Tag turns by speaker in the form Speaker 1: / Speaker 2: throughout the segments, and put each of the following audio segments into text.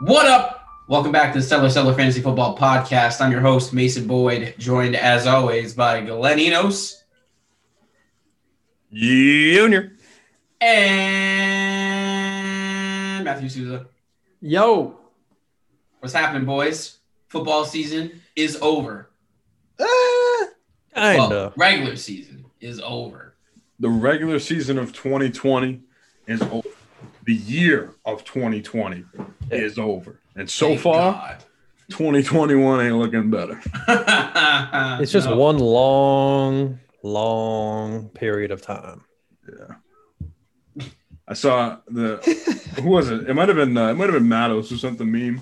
Speaker 1: What up? Welcome back to the Stellar Stellar Fantasy Football Podcast. I'm your host, Mason Boyd, joined as always by Glenn Enos
Speaker 2: Junior.
Speaker 1: and Matthew Souza.
Speaker 3: Yo,
Speaker 1: What's happening, boys? Football season is over. Ah.
Speaker 2: Kinda.
Speaker 1: Well, regular season is over.
Speaker 2: the regular season of 2020 is over. The year of 2020 is over. And so
Speaker 1: Thank
Speaker 2: far,
Speaker 1: God.
Speaker 2: 2021 ain't looking better.
Speaker 4: It's just
Speaker 1: No.
Speaker 4: one long, long period of time.
Speaker 2: I saw the who was it? It might have been uh, it might have been Mattos who sent the meme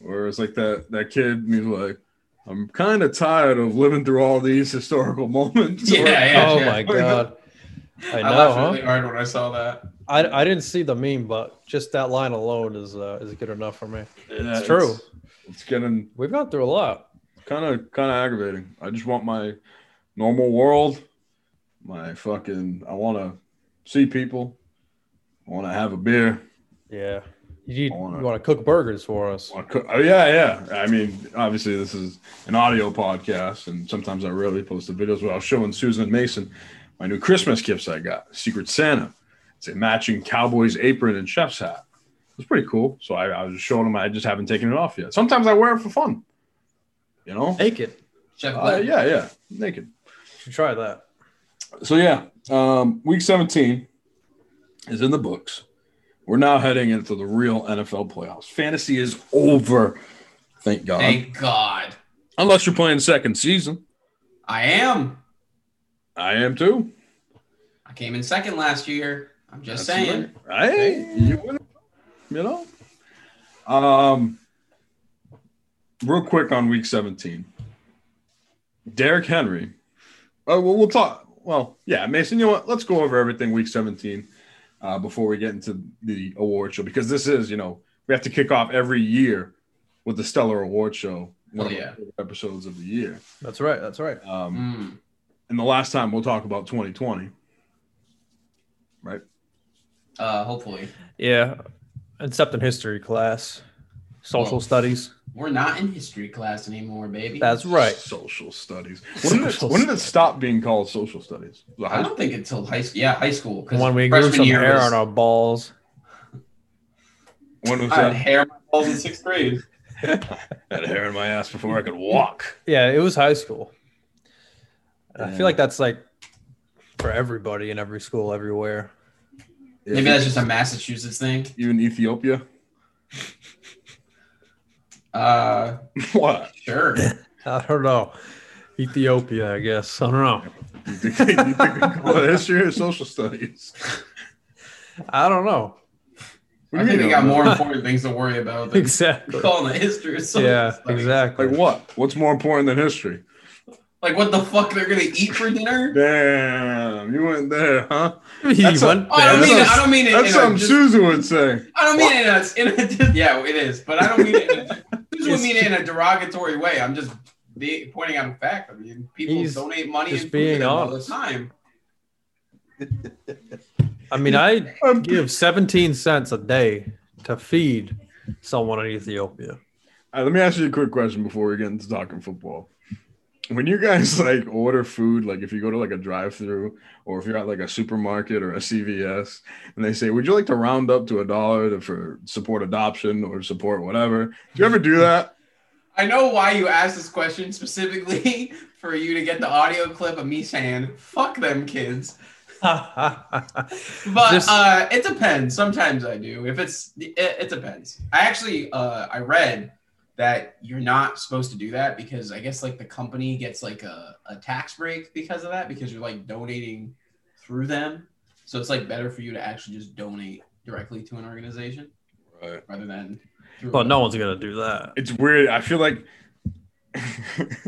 Speaker 2: where it's like that that kid and he's like, I'm kind of tired of living through all these historical moments.
Speaker 1: Yeah,
Speaker 2: Or-
Speaker 1: yeah,
Speaker 4: oh
Speaker 1: yeah.
Speaker 4: my god!
Speaker 1: I,
Speaker 4: I know,
Speaker 1: laughed
Speaker 4: huh?
Speaker 1: really hard when I saw that.
Speaker 4: I, I didn't see the meme, but just that line alone is uh, is good enough for me.
Speaker 2: Yeah,
Speaker 4: true.
Speaker 2: It's getting
Speaker 4: We've gone through a lot.
Speaker 2: kind of kind of aggravating. I just want my normal world. My fucking I want to see people. I want to have a beer.
Speaker 4: Yeah, you you
Speaker 2: I wanna-
Speaker 4: want to cook burgers for us?
Speaker 2: I wanna cook. Oh yeah, yeah. I mean, obviously this is an audio podcast, and sometimes I rarely post the videos. But I was showing Susan Mason my new Christmas gifts I got, Secret Santa. It's a matching cowboy's apron and chef's hat. It's pretty cool. So I, I was just showing them. I just haven't taken it off yet. Sometimes I wear it for fun. You know?
Speaker 4: Make it.
Speaker 1: Chef
Speaker 2: Uh,
Speaker 1: Glenn.
Speaker 2: yeah, yeah. Naked.
Speaker 4: You should try that.
Speaker 2: So yeah, um, week 17 is in the books. We're now heading into the real NFL playoffs. Fantasy is over, thank God.
Speaker 1: Thank God.
Speaker 2: Unless you're playing second season,
Speaker 1: I am.
Speaker 2: I am too.
Speaker 1: I came in second last year. I'm just
Speaker 2: That's
Speaker 1: saying.
Speaker 2: right. Hey, you, win, you know. Um, real quick on week 17, Derrick Henry. Uh, well, we'll talk. Well, yeah, Mason. You know what? Let's go over everything week 17 uh, before we get into the award show because this is, you know, we have to kick off every year with the Stellar Award Show.
Speaker 1: Oh,
Speaker 2: one of my
Speaker 1: yeah.
Speaker 2: favorite episodes of the year.
Speaker 4: That's right. That's right.
Speaker 1: Mm.
Speaker 2: Um, And the last time we'll talk about 2020.
Speaker 1: Uh, hopefully,
Speaker 4: Yeah, except in history class, social
Speaker 1: Well,
Speaker 4: studies.
Speaker 1: we're not in history class anymore, baby.
Speaker 4: That's right.
Speaker 2: Social studies. When did, it,
Speaker 4: Social
Speaker 2: when did it stop being called social studies? Was it high
Speaker 1: I don't think until high school. Yeah, high school. Because
Speaker 4: When we grew some hair on our balls.
Speaker 2: When was
Speaker 1: I had
Speaker 2: that?
Speaker 1: hair on my balls in sixth grade.
Speaker 2: I had hair in my ass before I could walk.
Speaker 4: Yeah, it was high school. I
Speaker 2: Yeah.
Speaker 4: feel like that's like for everybody in every school, everywhere.
Speaker 1: Maybe that's just a Massachusetts thing.
Speaker 2: you in Ethiopia.
Speaker 1: Uh,
Speaker 2: What?
Speaker 1: sure.
Speaker 4: I don't know. Ethiopia, I guess. I don't know.
Speaker 2: You think, you think they call it history or social studies?
Speaker 4: I don't know.
Speaker 2: What
Speaker 1: I
Speaker 2: do
Speaker 1: think
Speaker 2: you mean,
Speaker 1: we got
Speaker 2: no?
Speaker 1: more important things to worry about than
Speaker 4: Exactly.
Speaker 1: calling it history or something.
Speaker 4: Yeah, exactly.
Speaker 2: Like what? What's more important than history?
Speaker 1: Like what the fuck they're gonna eat for dinner?
Speaker 2: Damn, you went there, huh?
Speaker 4: He
Speaker 2: That's a-
Speaker 4: went
Speaker 1: Oh, I don't
Speaker 4: there.
Speaker 1: mean
Speaker 2: That's
Speaker 1: it. I don't mean it.
Speaker 2: That's
Speaker 1: in a
Speaker 2: something
Speaker 1: dis-
Speaker 2: Susan would say.
Speaker 1: I don't mean it in a, in a dis- yeah, it is, but I don't mean it. In a, this is what I mean in a derogatory way. I'm just be, pointing out a fact. I mean, people
Speaker 4: He's
Speaker 1: donate money
Speaker 4: just
Speaker 1: and food to
Speaker 4: being
Speaker 1: them all the
Speaker 4: honest.
Speaker 1: time.
Speaker 4: I mean, I
Speaker 2: I'm-
Speaker 4: give 17 cents a day to feed someone in Ethiopia.
Speaker 2: Uh, let me ask you a quick question before we get into talking football. When you guys like order food, like if you go to like a drive-through or if you're at like a supermarket or a CVS, and they say, "Would you like to round up to a dollar to, for support adoption or support whatever?" Do you ever do that?
Speaker 1: I know why you asked this question specifically for you to get the audio clip of me saying "fuck them kids," but
Speaker 4: Just-
Speaker 1: uh, it depends. Sometimes I do. If it's it, it depends. I actually uh, I read that you're not supposed to do that because I guess like the company gets like a, a tax break because of that because you're like donating through them. So it's like better for you to actually just donate directly to an organization
Speaker 2: Right.
Speaker 1: rather than. Through
Speaker 4: But no one's going to do that.
Speaker 2: It's weird. I feel like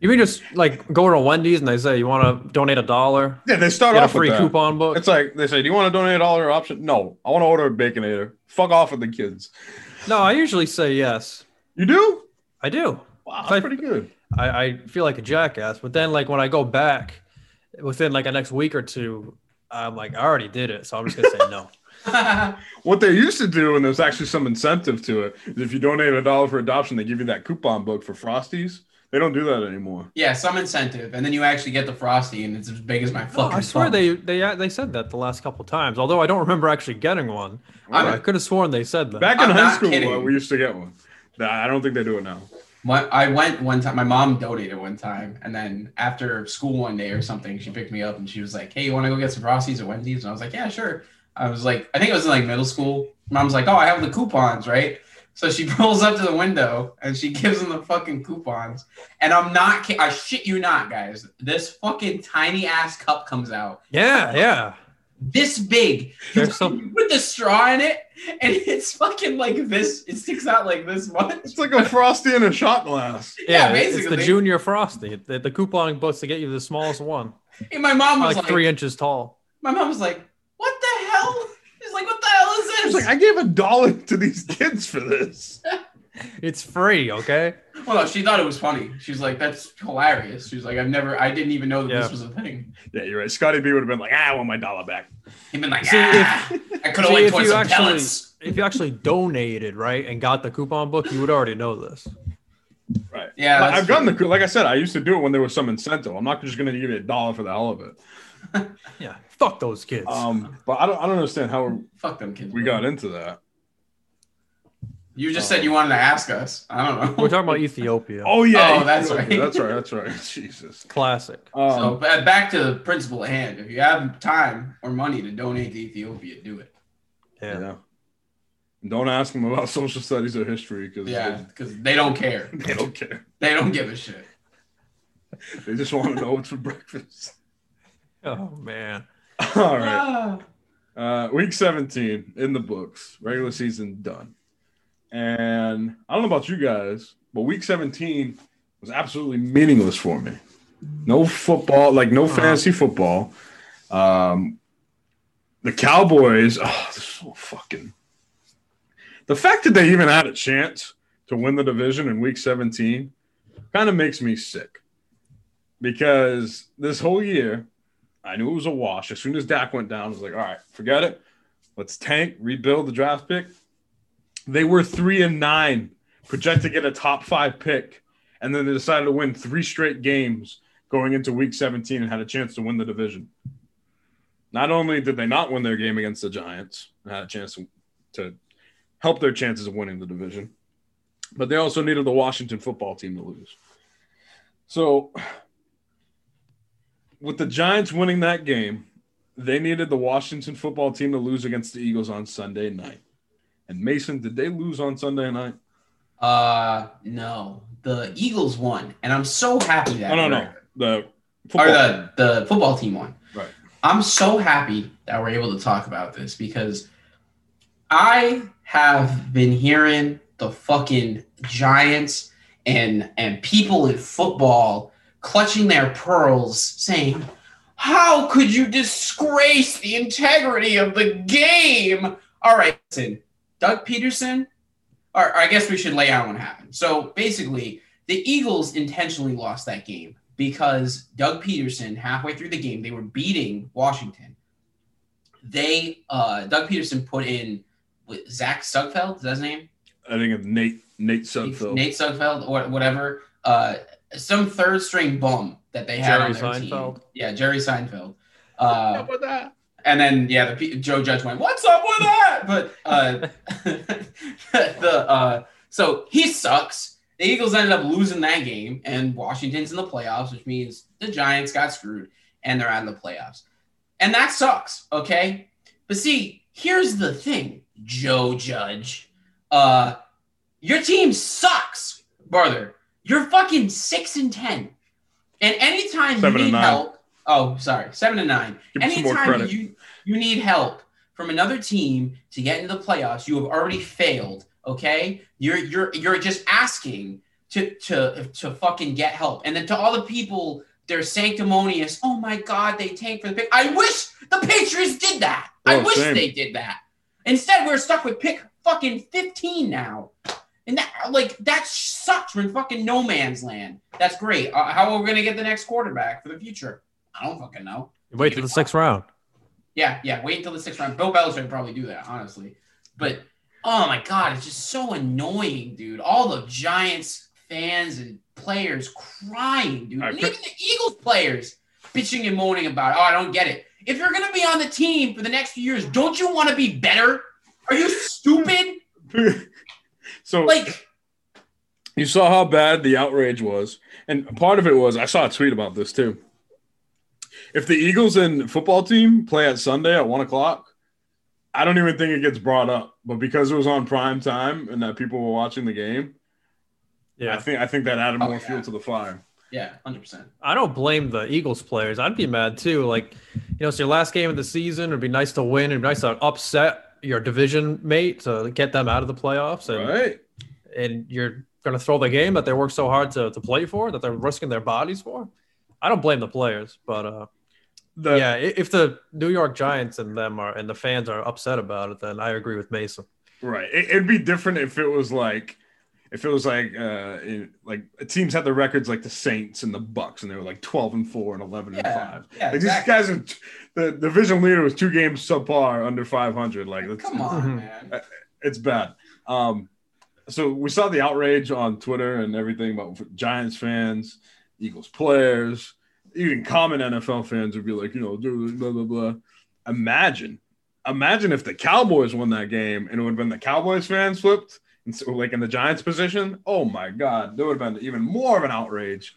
Speaker 4: You mean just like go to Wendy's and they say, you want to donate a dollar?
Speaker 2: yeah, they start
Speaker 4: Get a
Speaker 2: off
Speaker 4: free
Speaker 2: with that.
Speaker 4: coupon book?
Speaker 2: It's like they say, "Do you want to donate a dollar option?" No, I want to order a baconator. Fuck off with the kids.
Speaker 4: No, I usually say yes.
Speaker 2: You do?
Speaker 4: I do.
Speaker 2: Wow,
Speaker 4: I-
Speaker 2: that's pretty good.
Speaker 4: I, I feel like a jackass. But then, like when I go back within like a next week or two, I'm like, I already did it, so I'm just gonna say no.
Speaker 2: What they used to do, and there's actually some incentive to it, is if you donate a dollar for adoption, they give you that coupon book for Frosties. They don't do that anymore.
Speaker 1: yeah, some incentive, and then you actually get the frosty, and it's as big as my
Speaker 4: No,
Speaker 1: fucking.
Speaker 4: Oh, I swear
Speaker 1: thumb.
Speaker 4: they, they they said that the last couple times, although I don't remember actually getting one.
Speaker 1: I'm-
Speaker 4: I could have sworn they said that.
Speaker 2: Back in
Speaker 1: I'm
Speaker 2: high
Speaker 1: not
Speaker 2: school,
Speaker 1: kidding.
Speaker 2: uh, we used to get one. Nah, I don't think they do it now.
Speaker 1: My, I went one time. My mom donated one time, and then after school one day or something, she picked me up and she was like, "Hey, you want to go get some Frosties at Wendy's?" And I was like, "Yeah, sure." I was like, I think it was in like middle school. Mom's like, "Oh, I have the coupons, right?" So she pulls up to the window and she gives them the fucking coupons. And I'm not, ki- I shit you not, guys. This fucking tiny ass cup comes out,
Speaker 4: Yeah, yeah.
Speaker 1: this big. You
Speaker 4: There's some
Speaker 1: put the straw in it, and it's fucking like this. It sticks out like this much.
Speaker 2: It's like a Frosty in a shot glass.
Speaker 1: Yeah,
Speaker 4: yeah, it's- it's
Speaker 1: basically.
Speaker 4: the junior frosty. The, the couponing books to get you the smallest one,
Speaker 1: And my mom was
Speaker 4: like,
Speaker 1: like,
Speaker 4: three inches tall.
Speaker 1: My mom was like, "What the hell?" She's like, "What the hell
Speaker 2: I
Speaker 1: is
Speaker 2: was like,
Speaker 1: this?"
Speaker 2: I gave a dollar to these kids for this.
Speaker 4: It's free, okay?
Speaker 1: well, no, she thought it was funny. She's like, "That's hilarious." She's like, "I've never, I didn't even know that
Speaker 4: Yeah.
Speaker 1: this was a thing."
Speaker 2: Yeah, you're right. Scotty B would have been like, ah, I want my dollar back.
Speaker 1: He'd been like,
Speaker 4: See,
Speaker 1: "Ah, I could have
Speaker 4: see,
Speaker 1: went
Speaker 4: if
Speaker 1: towards
Speaker 4: you
Speaker 1: some
Speaker 4: actually-
Speaker 1: pellets."
Speaker 4: If you actually donated, right, and got the coupon book, you would already know this.
Speaker 2: Right.
Speaker 1: Yeah,
Speaker 2: Like,
Speaker 1: that's
Speaker 2: I've gotten the like I said, I used to do it when there was some incentive. I'm not just gonna give you a dollar for the hell of it.
Speaker 4: Yeah, fuck those kids.
Speaker 2: Um, but I don't I don't understand how
Speaker 1: Fuck them kids.
Speaker 2: we
Speaker 1: bro.
Speaker 2: got Oh. into that.
Speaker 1: You just said you wanted to ask us. I don't know.
Speaker 4: We're talking about Ethiopia.
Speaker 2: Oh yeah,
Speaker 1: Oh, that's
Speaker 2: yeah,
Speaker 1: right.
Speaker 2: That's right. That's right. Jesus.
Speaker 4: Classic.
Speaker 1: so
Speaker 2: Um,
Speaker 1: ba- back to the principle at hand. If you have time or money to donate to Ethiopia, do it.
Speaker 4: Yeah.
Speaker 2: yeah. Don't ask them about social studies or history because
Speaker 1: Yeah, because they don't care.
Speaker 2: they, they don't care.
Speaker 1: They don't give a shit.
Speaker 2: They just want to know what's for breakfast.
Speaker 4: Oh man.
Speaker 2: All right.
Speaker 1: Ah.
Speaker 2: Uh, week 17 in the books, regular season done. And I don't know about you guys, but week 17 was absolutely meaningless for me. No football, like no
Speaker 4: Uh-huh.
Speaker 2: fantasy football. Um, the Cowboys, oh, they're so fucking. The fact that they even had a chance to win the division in week 17 kind of makes me sick because this whole year, I knew it was a wash. As soon as Dak went down, I was like, all right, forget it. Let's tank, rebuild the draft pick. They were three and nine, projected to get a top five pick, and then they decided to win three straight games going into week 17 and had a chance to win the division. Not only did they not win their game against the Giants and had a chance to, to help their chances of winning the division, but they also needed the Washington football team to lose. So with the Giants winning that game, they needed the Washington football team to lose against the Eagles on Sunday night. And Mason, did they lose on Sunday night?
Speaker 1: Uh, no, the Eagles won, and I'm so happy that. we're-
Speaker 2: Oh no, no, the
Speaker 1: or
Speaker 2: football.
Speaker 1: the the football team won.
Speaker 2: Right.
Speaker 1: I'm so happy that we're able to talk about this because I have been hearing the fucking Giants and and people in football clutching their pearls saying, "How could you disgrace the integrity of the game?" All right, listen. Doug Peterson or I guess we should lay out what happened. So basically, the Eagles intentionally lost that game because Doug Peterson, halfway through the game, they were beating Washington. They, uh, Doug Peterson put in what, Zach Sugfeld, is that his name?
Speaker 2: I think of Nate Nate Sudfeld.
Speaker 1: Nate Sugfeld, or whatever. Uh, some third string bum that they had
Speaker 4: Jerry
Speaker 1: on their
Speaker 4: Seinfeld.
Speaker 1: team. Yeah, Jerry Seinfeld. Uh, and then yeah, the P- Joe Judge went, "What's up with that?" But uh, the uh, so he sucks. The Eagles ended up losing that game, and Washington's in the playoffs, which means the Giants got screwed and they're out of the playoffs, and that sucks. Okay, but see, here's the thing, Joe Judge, uh, your team sucks, brother. You're fucking six and ten, and anytime
Speaker 2: Seven
Speaker 1: you
Speaker 2: and
Speaker 1: need
Speaker 2: nine.
Speaker 1: help, oh sorry, seven and nine
Speaker 2: Give him some more
Speaker 1: anytime
Speaker 2: credit.
Speaker 1: you you need help from another team to get into the playoffs, you have already failed. Okay, you're you're you're just asking to to to fucking get help, and then to all the people, they're sanctimonious. Oh my god, they tank for the pick. I wish the Patriots did that. I
Speaker 2: Oh,
Speaker 1: wish
Speaker 2: same.
Speaker 1: they did that. Instead, we're stuck with pick fucking fifteen now. And that, like, that sucks. We're in fucking no man's land. That's great. Uh, how are we going to get the next quarterback for the future? I don't fucking know.
Speaker 4: You wait till the sixth round.
Speaker 1: Yeah, yeah. Wait until the sixth round. Bill Belichick would probably do that, honestly. But oh my god, it's just so annoying, dude. All the Giants fans and players crying, dude.
Speaker 2: I
Speaker 1: and
Speaker 2: put-
Speaker 1: even the Eagles players bitching and moaning about, oh, I don't get it. If you're gonna be on the team for the next few years, don't you want to be better? Are you stupid?
Speaker 2: so
Speaker 1: Like,
Speaker 2: you saw how bad the outrage was, and part of it was I saw a tweet about this too. If the Eagles and football team play at Sunday at one o'clock, I don't even think it gets brought up. But because it was on prime time and that people were watching the game, I
Speaker 4: Yeah,
Speaker 2: think I think that added
Speaker 1: Oh,
Speaker 2: more
Speaker 1: yeah.
Speaker 2: fuel to the fire.
Speaker 1: yeah, hundred percent.
Speaker 4: I don't blame the Eagles players. I'd be mad too. Like, you know, it's your last game of the season. It'd be nice to win. It'd be nice to upset your division mate to get them out of the playoffs. And
Speaker 2: Right?
Speaker 4: and you're going to throw the game that they worked so hard to, to play for, that they're risking their bodies for. I don't blame the players, but uh,
Speaker 2: The,
Speaker 4: yeah, i- if the New York Giants and them are and the fans are upset about it, then I agree with Mason.
Speaker 2: Right. It, it'd be different if it was like, if it was like, uh, it, like teams had the records like the Saints and the Bucks, and they were like twelve and four and eleven and
Speaker 1: Yeah,
Speaker 2: five.
Speaker 1: yeah,
Speaker 2: Like
Speaker 1: exactly.
Speaker 2: these guys are, t- the the division leader was two games subpar under five hundred. Like that's,
Speaker 1: Come on,
Speaker 4: Mhm.
Speaker 1: man.
Speaker 2: it's bad. Um, so we saw the outrage on Twitter and everything about Giants fans, Eagles players, even common NFL fans would be like, you know, blah blah blah. Imagine, imagine if the Cowboys won that game and it would have been the Cowboys fans flipped and so like in the Giants position. Oh my God, there would have been even more of an outrage.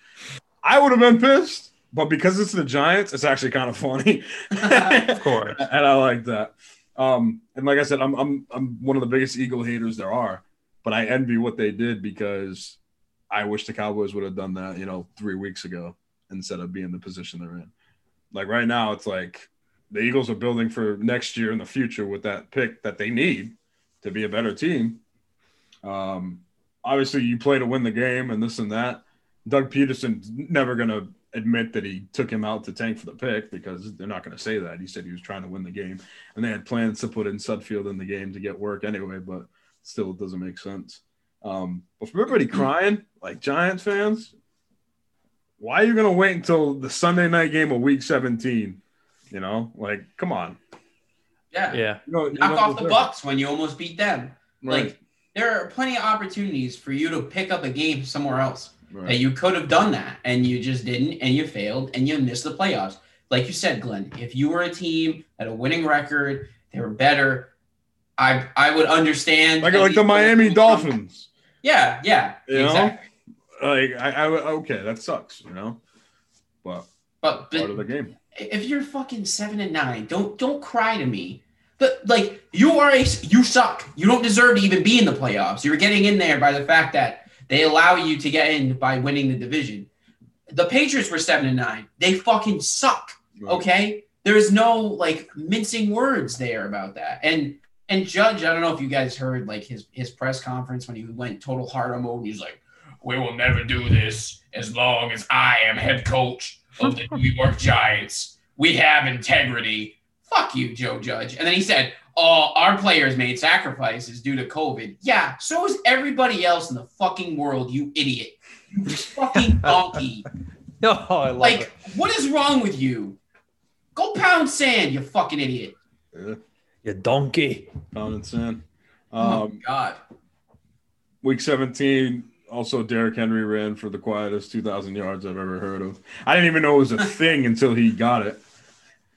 Speaker 2: I would have been pissed, but because it's the Giants, it's actually kind of funny.
Speaker 4: Of course.
Speaker 2: and I like that. Um, and like I said, I'm I'm I'm one of the biggest Eagle haters there are, but I envy what they did because I wish the Cowboys would have done that, you know, three weeks ago instead of being the position they're in. Like right now, it's like the Eagles are building for next year in the future with that pick that they need to be a better team. Um, obviously, you play to win the game and this and that. Doug Peterson's never going to admit that he took him out to tank for the pick because they're not going to say that. He said he was trying to win the game, and they had plans to put in Sudfield in the game to get work anyway, but still, it doesn't make sense. Um, but for everybody crying, like Giants fans, why are you going to wait until the Sunday night game of Week 17? You know, like, come on.
Speaker 1: Yeah.
Speaker 4: Yeah,
Speaker 2: You know- you
Speaker 1: Knock
Speaker 2: know
Speaker 1: off the
Speaker 2: they're-
Speaker 1: Bucks when you almost beat them.
Speaker 2: Right,
Speaker 1: Like there are plenty of opportunities for you to pick up a game somewhere else
Speaker 2: right.
Speaker 1: that you could have done that and you just didn't and you failed and you missed the playoffs. Like you said, Glenn, if you were a team at a winning record, they were better. I I would understand.
Speaker 2: like
Speaker 1: at
Speaker 2: like the
Speaker 1: least-
Speaker 2: Miami Dolphins.
Speaker 1: Yeah, yeah,
Speaker 2: You know?
Speaker 1: exactly.
Speaker 2: Like I, I okay, that sucks, you know. But
Speaker 1: But,
Speaker 2: part of
Speaker 1: but
Speaker 2: the game,
Speaker 1: if you're fucking seven and nine, don't don't cry to me. But like you are a you suck. You don't deserve to even be in the playoffs. You're getting in there by the fact that they allow you to get in by winning the division. The Patriots were seven and nine. They fucking suck. Okay. There's no like mincing words there about that. And and Judge, I don't know if you guys heard like his his press conference when he went total hard mode. He's like, "We will never do this as long as I am head coach of the New York Giants. We have integrity." Fuck you, Joe Judge. And then he said, "Oh, our players made sacrifices due to COVID." Yeah, so is everybody else in the fucking world. You idiot. You fucking donkey
Speaker 4: no, Oh, I love
Speaker 1: like,
Speaker 4: it.
Speaker 1: what is wrong with you? Go pound sand, you fucking idiot.
Speaker 2: Yeah,
Speaker 4: You donkey.
Speaker 2: pound and sand.
Speaker 1: oh my
Speaker 2: Um,
Speaker 1: God.
Speaker 2: week 17, also Derrick Henry ran for the quietest 2,000 yards I've ever heard of. I didn't even know it was a thing until he got it.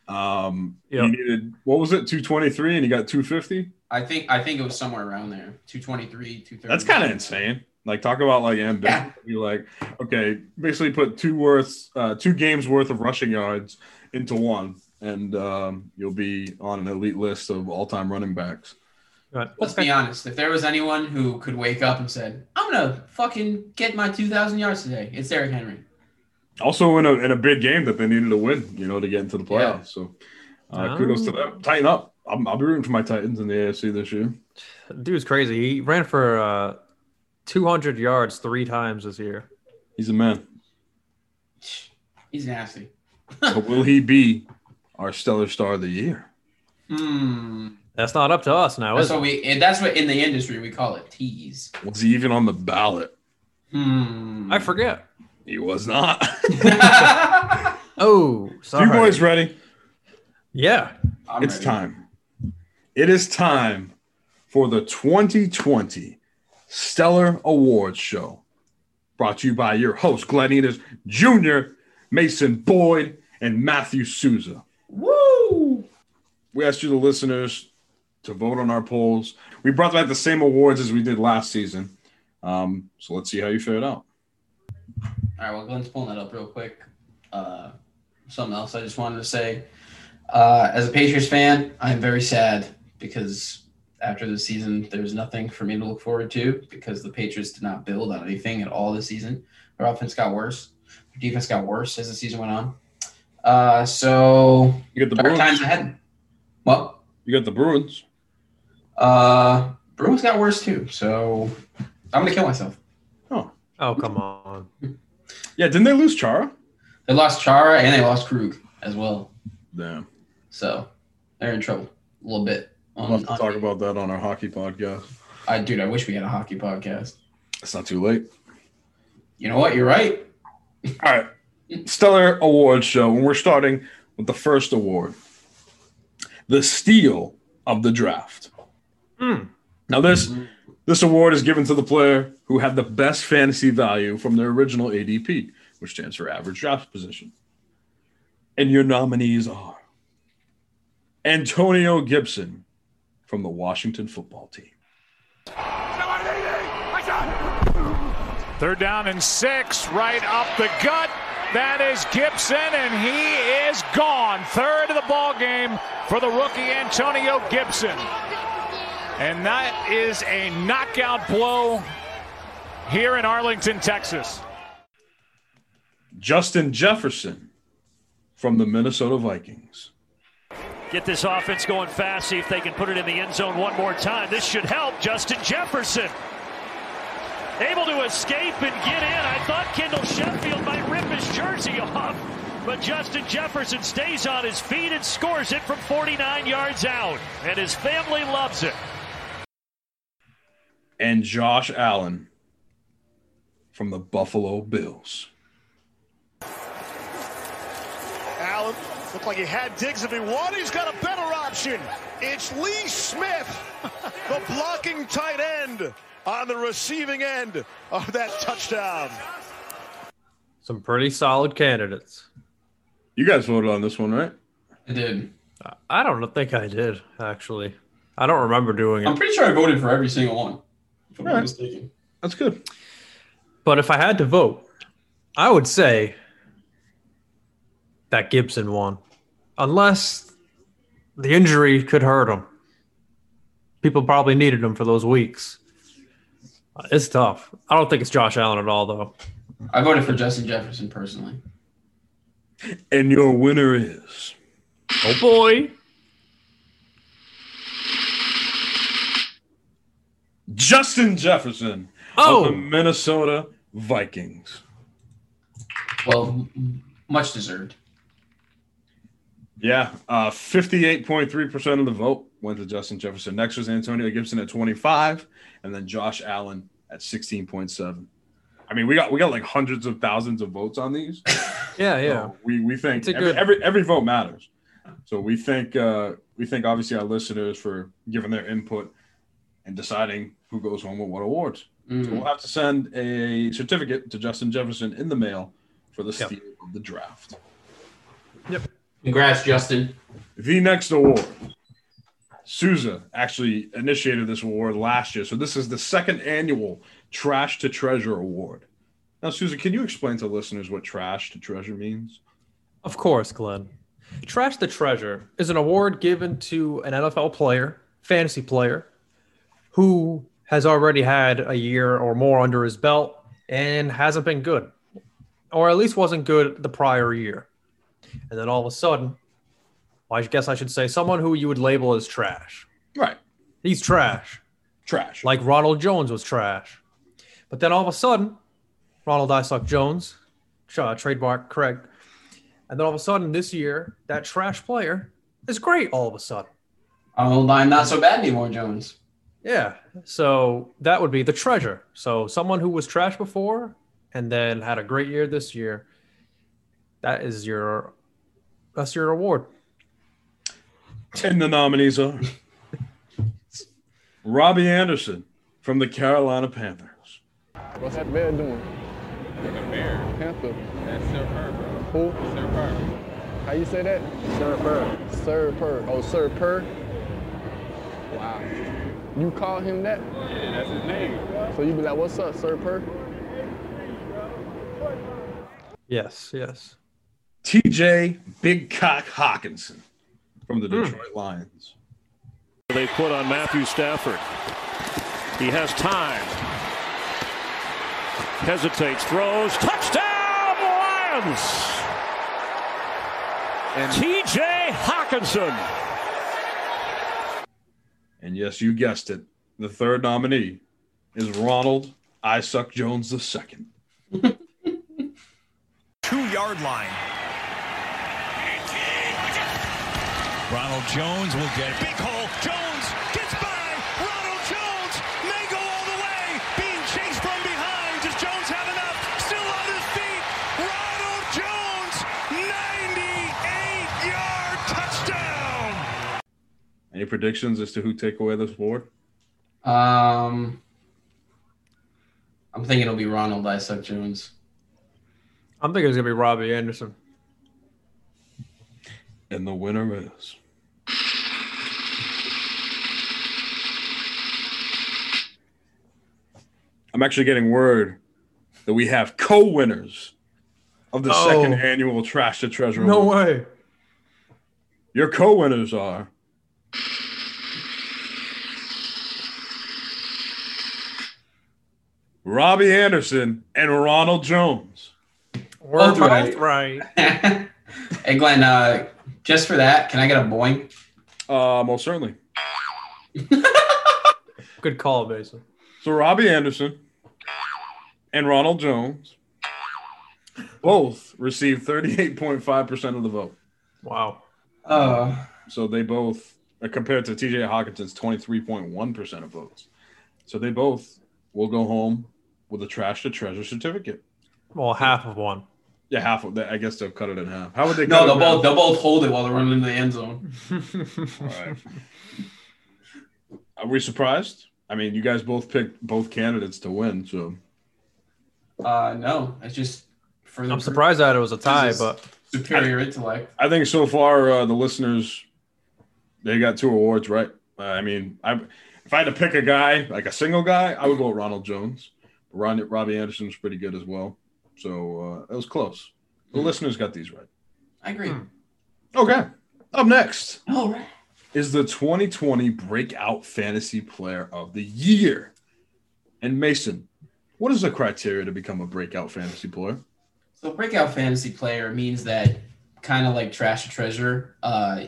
Speaker 2: Um,
Speaker 4: Yeah.
Speaker 2: he needed what was it, 223, and he got 250.
Speaker 1: I think I think it was somewhere around there. 223, 230.
Speaker 2: That's kind of insane. Like, talk about like ambition.
Speaker 1: Yeah.
Speaker 2: You like, okay, basically put two worth, uh, two games worth of rushing yards into one, and um, you'll be on an elite list of all-time running backs.
Speaker 4: Right.
Speaker 1: Let's be honest. If there was anyone who could wake up and said, I'm gonna fucking get my two thousand yards today, it's Derrick Henry.
Speaker 2: also in a in a big game that they needed to win, you know, to get into the playoffs.
Speaker 1: Yeah.
Speaker 2: So uh, kudos to
Speaker 4: Oh.
Speaker 2: them. Tighten up. I'm, I'll be rooting for my Titans in the AFC this year.
Speaker 4: Dude's crazy. He ran for uh, 200 yards three times this year.
Speaker 2: He's a man.
Speaker 1: He's nasty.
Speaker 2: but will he be our stellar star of the year?
Speaker 1: Hmm.
Speaker 4: That's not up to us now,
Speaker 1: That's
Speaker 4: is it?
Speaker 1: what we and that's what in the industry we call it tease.
Speaker 2: Was he even on the ballot?
Speaker 1: Hmm.
Speaker 4: I forget.
Speaker 2: He was not.
Speaker 1: forgot.
Speaker 4: Oh,
Speaker 2: you
Speaker 4: sorry.
Speaker 2: boys ready?
Speaker 4: Yeah.
Speaker 1: I'm
Speaker 2: it's
Speaker 1: ready.
Speaker 2: time. It is time for the 2020 Stellar Awards Show, brought to you by your host, Glenn Eaters Jr., Mason Boyd, and Matthew Souza.
Speaker 1: Woo!
Speaker 2: We asked you, the listeners, to vote on our polls. We brought back the same awards as we did last season. Um, so let's see how you fared out.
Speaker 1: All right, well, Glenn's pulling that up real quick. Uh, something else I just wanted to say. Uh, as a Patriots fan, I'm very sad because after this season, there's nothing for me to look forward to because the Patriots did not build on anything at all this season. Their offense got worse. Their defense got worse as the season went on. Uh, so,
Speaker 2: You got the
Speaker 1: dark times
Speaker 2: Bruins.
Speaker 1: ahead. Well,
Speaker 2: You got the Bruins.
Speaker 1: Uh, Bruins got worse too, so I'm gonna kill myself.
Speaker 4: Oh come on!
Speaker 2: Yeah, didn't they lose Chara?
Speaker 1: They lost Chara and they lost Krug as well,
Speaker 2: Damn.
Speaker 1: so they're in trouble a little bit.
Speaker 2: We'll have
Speaker 1: On,
Speaker 2: to talk about that on our hockey podcast.
Speaker 1: I dude, I wish we had a hockey podcast.
Speaker 2: It's not too late.
Speaker 1: You know what? You're right.
Speaker 2: All right. Stellar Award Show. And we're starting with the first award the steal of the draft.
Speaker 4: Mm.
Speaker 2: Now, this, this award is given to the player who had the best fantasy value from their original ADP, which stands for average draft position. And your nominees are Antonio Gibson from the Washington football team,
Speaker 3: Third down and six, right up the gut. That is Gibson, and he is gone. Third of the ball game for the rookie Antonio Gibson, and that is a knockout blow here in Arlington, Texas.
Speaker 2: Justin Jefferson from the Minnesota Vikings.
Speaker 5: Get this offense going fast, see if they can put it in the end zone one more time. This should help Justin Jefferson. Able to escape and get in. I thought Kendall Sheffield might rip his jersey off, but Justin Jefferson stays on his feet and scores it from 49 yards out. And his family loves it.
Speaker 2: and Josh Allen from the Buffalo Bills.
Speaker 6: Allen looked like he had Diggs if he wanted. He's got a better option. It's Lee Smith, the blocking tight end on the receiving end of that touchdown.
Speaker 4: Some pretty solid candidates.
Speaker 2: You guys voted on this one, right?
Speaker 1: I did.
Speaker 4: I don't think I did actually. I don't remember doing
Speaker 1: I'm
Speaker 4: it.
Speaker 1: pretty sure I voted for every single one. If I'm not
Speaker 2: Alright.
Speaker 1: mistaken.
Speaker 2: That's good.
Speaker 4: But if I had to vote, I would say that Gibson won, unless the injury could hurt him. People probably needed him for those weeks. Uh, It's tough. I don't think it's Josh Allen at all, though.
Speaker 1: I voted for Justin Jefferson personally.
Speaker 2: And your winner is
Speaker 4: Oh boy,
Speaker 2: Justin Jefferson
Speaker 4: Oh.
Speaker 2: of the Minnesota Vikings.
Speaker 1: Well, m- much deserved.
Speaker 2: Yeah, uh, 58.3% of the vote went to Justin Jefferson. Next was Antonio Gibson at 25, and then Josh Allen at 16.7. I mean, we got we got like hundreds of thousands of votes on these.
Speaker 4: yeah, yeah.
Speaker 2: So we we think
Speaker 4: It's a
Speaker 2: every,
Speaker 4: good-
Speaker 2: every every vote matters. So we think uh, we think obviously our listeners for giving their input and deciding who goes home with what awards. So
Speaker 4: Hmm.
Speaker 1: Mm.
Speaker 2: we'll have to send a certificate to Justin Jefferson in the mail for the
Speaker 4: Yep.
Speaker 2: steal of the draft.
Speaker 1: Congrats, Justin.
Speaker 2: The next award. Souza actually initiated this award last year. So this is the second annual Trash to Treasure Award. Now, Souza, can you explain to listeners what trash to treasure means?
Speaker 4: Of course, Glenn. Trash the Treasure is an award given to an NFL player, fantasy player, who has already had a year or more under his belt and hasn't been good, or at least wasn't good the prior year. And then all of a sudden, well, I guess I should say someone who you would label as trash.
Speaker 2: Right.
Speaker 4: He's trash,
Speaker 2: Trash.
Speaker 4: like Ronald Jones was trash. But then all of a sudden, Ronald Isuck Jones, tra- trademark Craig, and then all of a sudden this year, that trash player is great all of a sudden.
Speaker 1: Oh, I'm not so bad anymore, Jones.
Speaker 4: Yeah. So that would be the treasure. So someone who was trash before and then had a great year this year, that is your that's your award.
Speaker 2: And the nominees are Robbie Anderson from the Carolina Panthers.
Speaker 7: What's that bear doing?
Speaker 8: The bear.
Speaker 7: Panther.
Speaker 8: That's Sir Fur, bro.
Speaker 7: Who?
Speaker 8: Sir Fur.
Speaker 7: How you say that?
Speaker 8: Sir Fur.
Speaker 7: Sir Per. Oh, Sir Per. Wow. You call him that?
Speaker 8: Yeah, that's his name.
Speaker 7: So you be like, what's up, Sir Per?
Speaker 4: Yes, yes.
Speaker 2: TJ Big Cock Hawkinson from the Detroit Lions.
Speaker 5: They put on Matthew Stafford. He has time. Hesitates, throws, touchdown, Lions! And TJ Hawkinson.
Speaker 2: And yes, you guessed it. The third nominee is Ronald Isaac Jones II.
Speaker 9: two yard line. Ronald Jones will get it. Big hole. Jones gets by. Ronald Jones may go all the way. Being chased from behind. Does Jones have enough? Still on his feet. Ronald Jones, 98 yard touchdown.
Speaker 2: Any predictions as to who take away this award?
Speaker 1: Um, I'm thinking it'll be Ronald Isaac Jones.
Speaker 4: I'm thinking it's gonna be Robbie Anderson.
Speaker 2: And the winner is I'm actually getting word that we have co-winners of the
Speaker 4: Oh.
Speaker 2: second annual Trash to Treasure
Speaker 4: No
Speaker 2: Award.
Speaker 4: way.
Speaker 2: Your co-winners are Robbie Anderson and Ronald Jones.
Speaker 4: We're
Speaker 1: Both
Speaker 4: both right.
Speaker 1: hey Glenn, uh, just for that, can I get a boing?
Speaker 2: Uh, most certainly.
Speaker 4: Good call, Mason.
Speaker 2: So Robbie Anderson and Ronald Jones both received 38.5% of the vote.
Speaker 4: Wow.
Speaker 1: Oh,
Speaker 2: So they both, uh, compared to TJ Hawkinson's 23.1% of votes. So they both will go home with a trash to treasure certificate.
Speaker 4: Well, half of one.
Speaker 2: Yeah, half of that. I guess they'll cut it in half. How would they
Speaker 1: no,
Speaker 2: cut
Speaker 1: they'll
Speaker 2: it in
Speaker 1: both they'll both hold it while they're running into the end zone.
Speaker 2: half? All right. Are we surprised? I mean, you guys both picked both candidates to win. So
Speaker 1: Uh, no, it's just for the
Speaker 4: I'm surprised that it was a tie,
Speaker 1: is-
Speaker 4: but
Speaker 1: superior intellect.
Speaker 2: I think so far uh, the listeners they got two awards right. Uh, I mean, I if I had to pick a guy, like a single guy, I would go with Ronald Jones. Ron, Robbie Anderson's pretty good as well. So uh, it was close. The listeners got these right.
Speaker 1: I agree.
Speaker 4: Hmm.
Speaker 2: Okay. Up next
Speaker 1: All right.
Speaker 2: is the 2020 Breakout Fantasy Player of the Year. And Mason, what is the criteria to become a breakout fantasy player?
Speaker 1: So breakout fantasy player means that kind of like trash or treasure. Uh,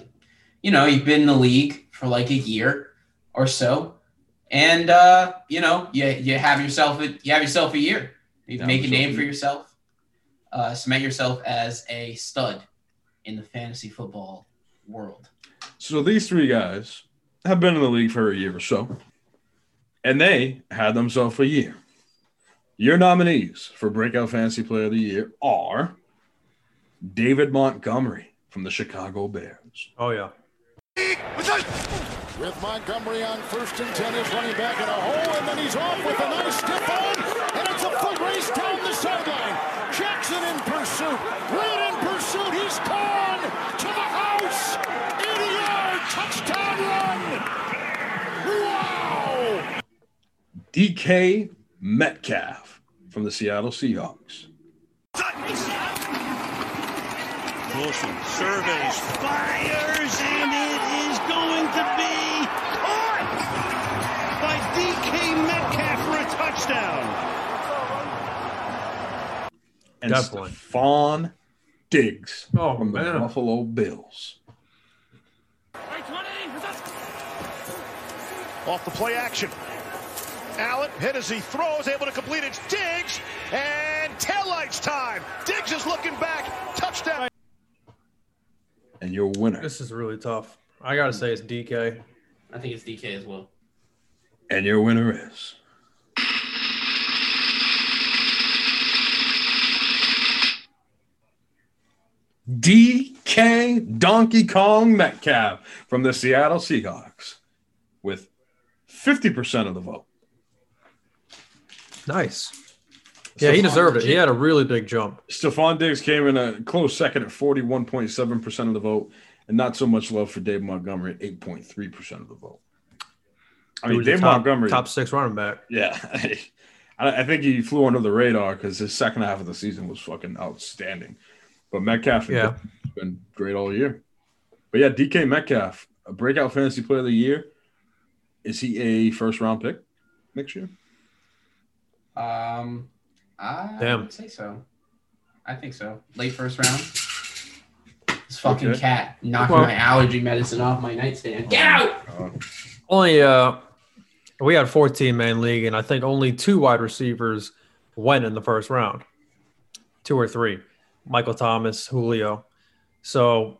Speaker 1: you know, you've been in the league for like a year or so, and uh, you know, you you have yourself a, you have yourself a year. You
Speaker 2: Yeah,
Speaker 1: make a
Speaker 2: so-
Speaker 1: name for yourself, uh, cement yourself as a stud in the fantasy football world.
Speaker 2: So these three guys have been in the league for a year or so, and they had themselves a year. Your nominees for Breakout Fantasy Player of the Year are David Montgomery from the Chicago Bears,
Speaker 4: oh yeah.
Speaker 6: With Montgomery on first and ten, is running back in a hole, and then he's off with a nice stiff arm, and it's a foot race down the sideline. Jackson in pursuit, Reed in pursuit, he's gone to the house. 80-yard touchdown run. Wow!
Speaker 2: DK Metcalf from the Seattle Seahawks,
Speaker 8: Wilson surveys, fires, and it is going to be caught by DK Metcalf for a touchdown.
Speaker 2: and
Speaker 4: Definitely.
Speaker 2: Stephon Diggs
Speaker 4: Oh,
Speaker 2: from the
Speaker 4: man.
Speaker 2: Buffalo Bills.
Speaker 6: Off the play action. Allen hit as he throws, able to complete it. Diggs and taillights time. Diggs is looking back. Touchdown.
Speaker 2: And your winner,
Speaker 4: This is really tough. I gotta say it's DK.
Speaker 1: I think it's DK as well.
Speaker 2: and your winner is DK Donkey Kong Metcalf from the Seattle Seahawks with 50% of the vote.
Speaker 4: Nice. Yeah, he deserved it. He had a really big jump.
Speaker 2: Stephon Diggs came in a close second at 41.7% of the vote, and not so much love for Dave Montgomery at 8.3% of the vote. I
Speaker 4: He
Speaker 2: mean,
Speaker 4: was the
Speaker 2: Dave
Speaker 4: top,
Speaker 2: Montgomery.
Speaker 4: top six running back.
Speaker 2: Yeah. I, I think he flew under the radar because his second half of the season was fucking outstanding. But Metcalf
Speaker 4: Yeah.
Speaker 2: has been great all year. But yeah, DK Metcalf, a breakout fantasy player of the year. Is he a first round pick next year?
Speaker 1: Um, I
Speaker 4: Damn.
Speaker 1: would say so. I think so. Late first round. This fucking
Speaker 2: Okay.
Speaker 1: cat knocking
Speaker 4: Well-
Speaker 1: my allergy medicine off my nightstand. Get out!
Speaker 4: Only uh, we had 14 man league, and I think only two wide receivers went in the first round, two or three. Michael Thomas, Julio. So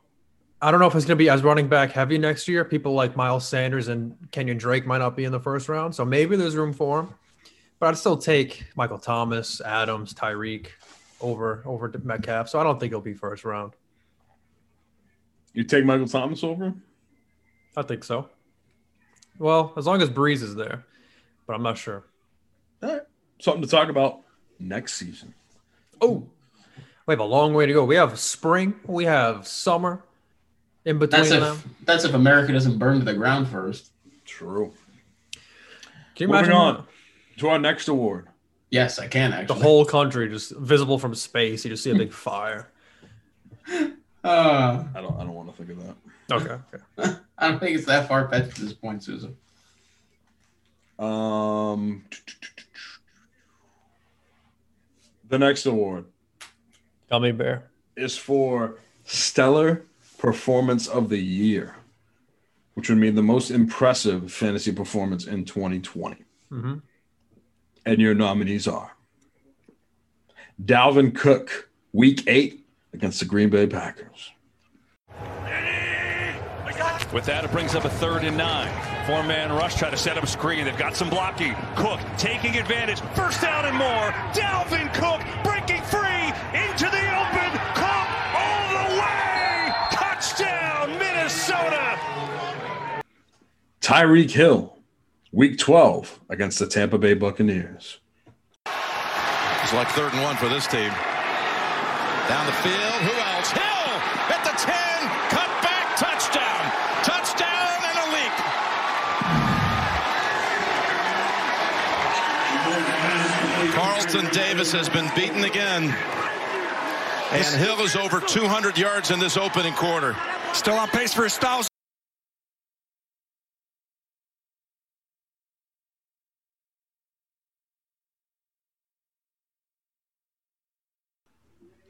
Speaker 4: I don't know if it's going to be as running back heavy next year. People like Miles Sanders and Kenyon Drake might not be in the first round, so maybe there's room for him. But I'd still take Michael Thomas, Adams, Tyreek over over to Metcalf. So I don't think he'll be first round.
Speaker 2: You take Michael Thomas over? him?
Speaker 4: I think so. Well, as long as Breeze is there, but I'm not sure.
Speaker 2: All right. Something to talk about next season.
Speaker 4: Oh, we have a long way to go. We have spring. We have summer in between
Speaker 1: That's
Speaker 4: them.
Speaker 1: if that's if America doesn't burn to the ground first.
Speaker 2: True.
Speaker 4: Can you
Speaker 2: Moving
Speaker 4: imagine
Speaker 2: on
Speaker 4: that?
Speaker 2: to our next award.
Speaker 1: Yes, I can
Speaker 4: the
Speaker 1: actually.
Speaker 4: whole country just visible from space? You just see a big fire.
Speaker 1: Uh,
Speaker 2: I don't I don't want to think of that.
Speaker 4: Okay. okay.
Speaker 1: I don't think it's that far fetched at this point, Susan.
Speaker 2: Um, the next award
Speaker 4: Gummy bear.
Speaker 2: is for stellar performance of the year, which would mean the most impressive fantasy performance in 2020.
Speaker 4: Mhm.
Speaker 2: And your nominees are Dalvin Cook, Week Eight against the Green Bay Packers.
Speaker 9: With that, it brings up a third and nine. Four man rush, try to set up a screen. They've got some blocking. Cook taking advantage. First down and more. Dalvin Cook breaking free into the open. Cook all the way. Touchdown, Minnesota.
Speaker 2: Tyreek Hill, Week 12 against the Tampa Bay Buccaneers.
Speaker 10: It's like third and one for this team. Down the field, who else? Hill at the 10, cut back, touchdown. Touchdown and a leak. Carlton Davis has been beaten again. And Hill is over 200 yards in this opening quarter.
Speaker 9: Still on pace for his thousand.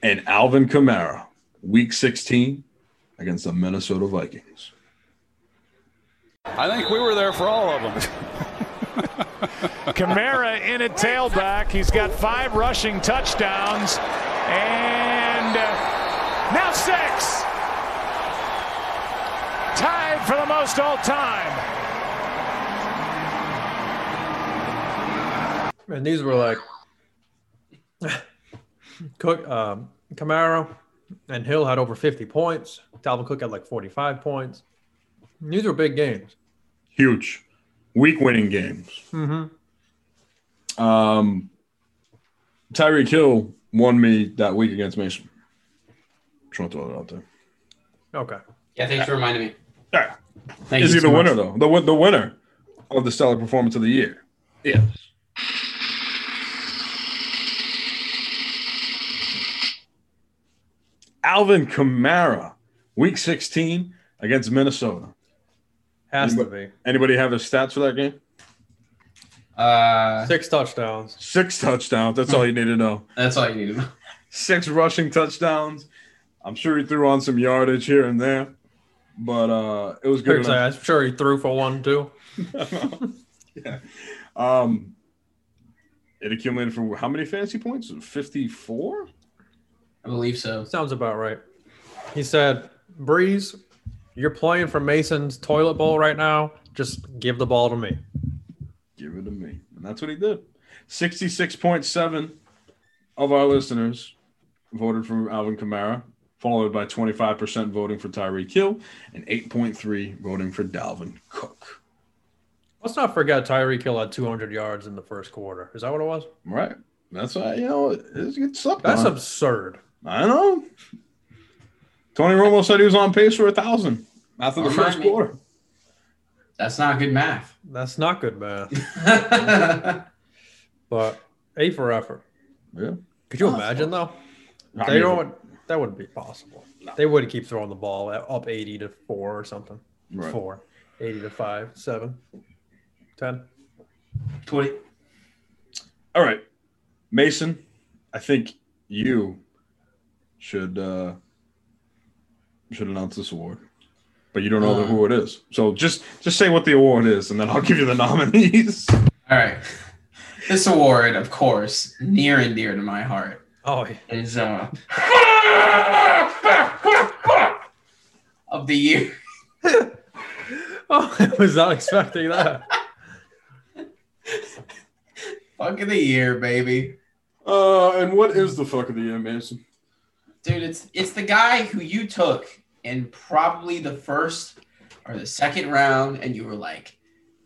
Speaker 2: and Alvin Kamara, week 16 against the Minnesota Vikings.
Speaker 11: I think we were there for all of them.
Speaker 3: Kamara in a tailback. He's got five rushing touchdowns and uh, now six. Tied for the most all time.
Speaker 4: And these were like Cook, um, Camaro, and Hill had over 50 points. Dalvin Cook had like 45 points. These were big games.
Speaker 2: Huge. Week winning games.
Speaker 4: Mm-hmm.
Speaker 2: Um, Tyreek Hill won me that week against Mason. Just want to throw that out there.
Speaker 4: Okay.
Speaker 1: Yeah, thanks for reminding me.
Speaker 2: Yeah.
Speaker 1: Thank
Speaker 2: Is
Speaker 1: you
Speaker 2: he
Speaker 1: so
Speaker 2: the
Speaker 1: much.
Speaker 2: winner, though? The, win- the winner of the stellar performance of the year. Yes. Alvin Kamara, week 16 against Minnesota.
Speaker 4: Has to
Speaker 2: Anybody-
Speaker 4: be.
Speaker 2: Anybody have his stats for that game?
Speaker 1: Uh,
Speaker 4: Six touchdowns.
Speaker 2: Six touchdowns. That's all you need to know.
Speaker 1: that's all you need to know.
Speaker 2: Six rushing touchdowns. I'm sure he threw on some yardage here and there, but uh, it was good.
Speaker 4: Picks
Speaker 2: Enough.
Speaker 4: I'm sure he threw for one too.
Speaker 2: Um, it accumulated for how many fantasy points? 54?
Speaker 1: I believe so.
Speaker 4: Sounds about right. He said, Breeze, you're playing for Mason's toilet bowl right now. Just give the ball to me.
Speaker 2: Give it to me. And that's what he did. 66.7 of our listeners voted for Alvin Kamara. followed by 25% voting for Tyreek Hill and 8.3 voting for Dalvin Cook.
Speaker 4: Let's not forget Tyreek Hill had 200 yards in the first quarter. Is that what it was?
Speaker 2: Right. That's why, you know, it's, it's slept
Speaker 4: That's
Speaker 2: on.
Speaker 4: absurd.
Speaker 2: I know. Tony Romo said he was on pace for a thousand after the
Speaker 1: Remind
Speaker 2: first
Speaker 1: me.
Speaker 2: quarter.
Speaker 1: That's not good math.
Speaker 4: That's not good math.
Speaker 1: I
Speaker 4: But A for effort.
Speaker 2: Yeah.
Speaker 4: Could you imagine though?
Speaker 2: I
Speaker 4: They
Speaker 2: mean,
Speaker 4: don't. That wouldn't be possible. They would keep throwing the ball at- up 80 to four or something.
Speaker 2: Right.
Speaker 4: Four, 80 to five, seven, 10.
Speaker 1: 20.
Speaker 2: All right, Mason, I think you should uh, should announce this award, but you don't know
Speaker 1: Uh.
Speaker 2: who it is. So just just say what the award is, and then I'll give you the nominees.
Speaker 1: All right. This award, of course, near and dear to my heart,
Speaker 4: Oh, yeah.
Speaker 1: is uh, of the year.
Speaker 4: oh, I was not expecting that.
Speaker 1: Fuck of the year, baby.
Speaker 2: Uh, and what is the fuck of the year, Mason?
Speaker 1: Dude, it's it's the guy who you took in probably the first or the second round, and you were like,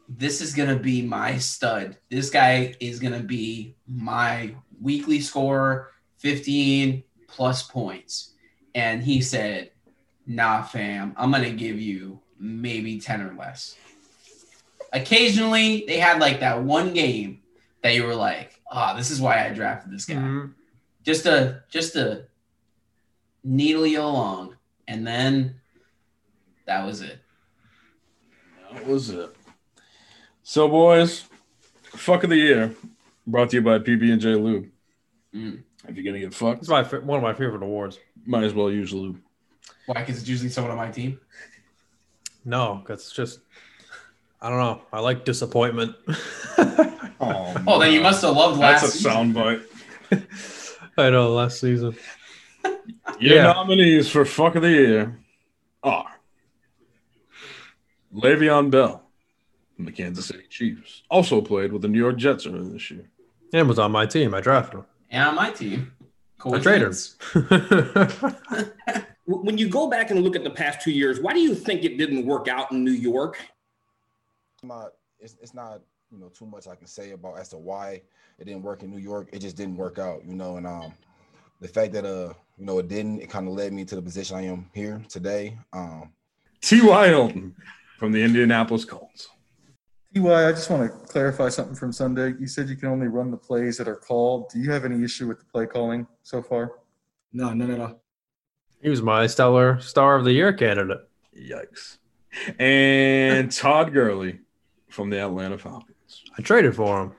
Speaker 1: This is gonna be my stud. This guy is gonna be my weekly scorer, 15 plus points. And he said, Nah, fam, I'm gonna give you maybe 10 or less. Occasionally they had like that one game that you were like, Ah, this is why I drafted this guy
Speaker 4: Mhm.
Speaker 1: just to just to needle you along, and then that was it.
Speaker 2: That was it. So, boys, fuck of the year, brought to you by PB and J Lube.
Speaker 1: Mm.
Speaker 2: If you're gonna get fucked,
Speaker 4: It's my fa- one of my favorite awards.
Speaker 2: might as well use lube.
Speaker 1: Why? Because it's usually someone on my team.
Speaker 4: No, that's just. I don't know. I like disappointment.
Speaker 2: Oh,
Speaker 1: Oh, then you must have loved last.
Speaker 2: That's a
Speaker 1: season.
Speaker 2: soundbite.
Speaker 4: I know last season.
Speaker 2: Your
Speaker 4: Yeah.
Speaker 2: nominees for fuck of the year are Le'Veon Bell from the Kansas City Chiefs, also played with the New York Jets earlier this year.
Speaker 4: And was on my team. I drafted him.
Speaker 1: And on my team,
Speaker 4: I traded
Speaker 1: Coincidence?
Speaker 4: him.
Speaker 12: W- When you go back and look at the past two years, why do you think it didn't work out in New York?
Speaker 13: I'm not it's, it's not you know too much I can say about as to why it didn't work in New York. It just didn't work out, you know. And um, the fact that uh you know it didn't, it kind of led me to the position I am here today. Um,
Speaker 2: T.Y. Hilton from the Indianapolis Colts.
Speaker 14: Ty, I just want to clarify something from Sunday. You said you can only run the plays that are called. Do you have any issue with the play calling so far?
Speaker 15: No, none at all.
Speaker 4: he was my stellar star of the year candidate.
Speaker 2: Yikes. And Todd Gurley from the Atlanta Falcons.
Speaker 4: I traded for him,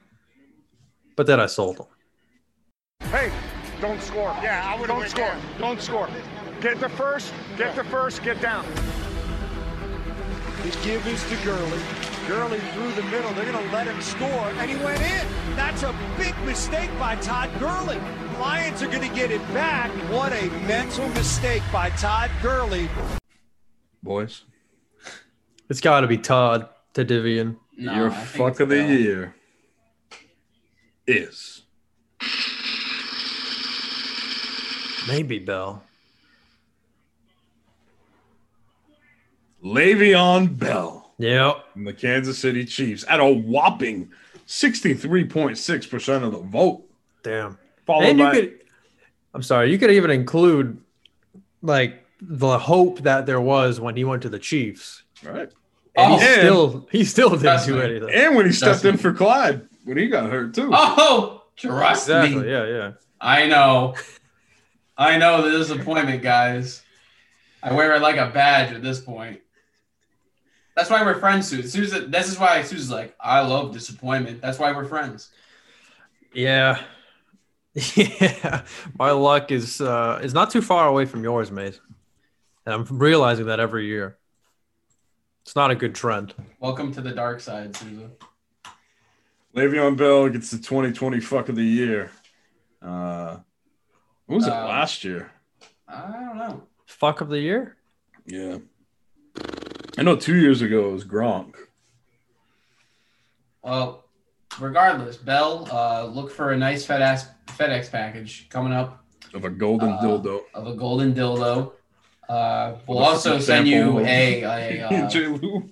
Speaker 4: but then I sold him.
Speaker 6: Hey, don't score. Yeah, I would don't score. Don't score. Get the first. Get the first. Get down. The give is to Gurley. Gurley through the middle. They're going to let him score, and he went in. That's a big mistake by Todd Gurley. Lions are going to get it back. What a mental mistake by Todd Gurley.
Speaker 2: Boys,
Speaker 4: It's got to be Todd Tadivian.
Speaker 1: No,
Speaker 2: your
Speaker 1: I think
Speaker 2: fuck
Speaker 1: it's
Speaker 2: of the
Speaker 1: Bell.
Speaker 2: year is
Speaker 4: Maybe Bell.
Speaker 2: Le'Veon Bell.
Speaker 4: Yep.
Speaker 2: from the Kansas City Chiefs at a whopping 63.6% of the vote.
Speaker 4: Damn.
Speaker 2: Followed
Speaker 4: and you
Speaker 2: by,
Speaker 4: could, I'm sorry, you could even include like the hope that there was when he went to the Chiefs.
Speaker 2: right.
Speaker 4: And
Speaker 1: Oh.
Speaker 4: he still he still didn't
Speaker 1: Trust
Speaker 4: do
Speaker 1: me.
Speaker 4: anything.
Speaker 2: And when he stepped in
Speaker 1: me.
Speaker 2: for Clyde, when he got hurt too.
Speaker 1: Oh, trust
Speaker 4: exactly.
Speaker 1: me.
Speaker 4: Yeah, yeah.
Speaker 1: I know. I know the disappointment, guys. I wear it like a badge at this point. That's why we're friends, Susan. Susan, this is why Susan's like, I love disappointment. That's why we're friends.
Speaker 4: Yeah. Yeah. My luck is uh is not too far away from yours, mate. And I'm realizing that every year. It's not a good trend.
Speaker 1: Welcome to the dark side, Susan.
Speaker 2: Le'Veon Bell gets the 2020 fuck of the year. Uh, what was it
Speaker 1: Uh,
Speaker 2: last year?
Speaker 1: I don't know.
Speaker 4: Fuck of the year?
Speaker 2: Yeah. I know two years ago it was Gronk.
Speaker 1: Well, regardless, Bell, uh, look for a nice FedEx FedEx package coming up.
Speaker 2: of a golden
Speaker 1: Uh,
Speaker 2: dildo.
Speaker 1: of a golden dildo. Uh, we'll
Speaker 2: With a
Speaker 1: also
Speaker 2: free
Speaker 1: send you
Speaker 2: sample of
Speaker 1: a, a uh,
Speaker 2: PBJ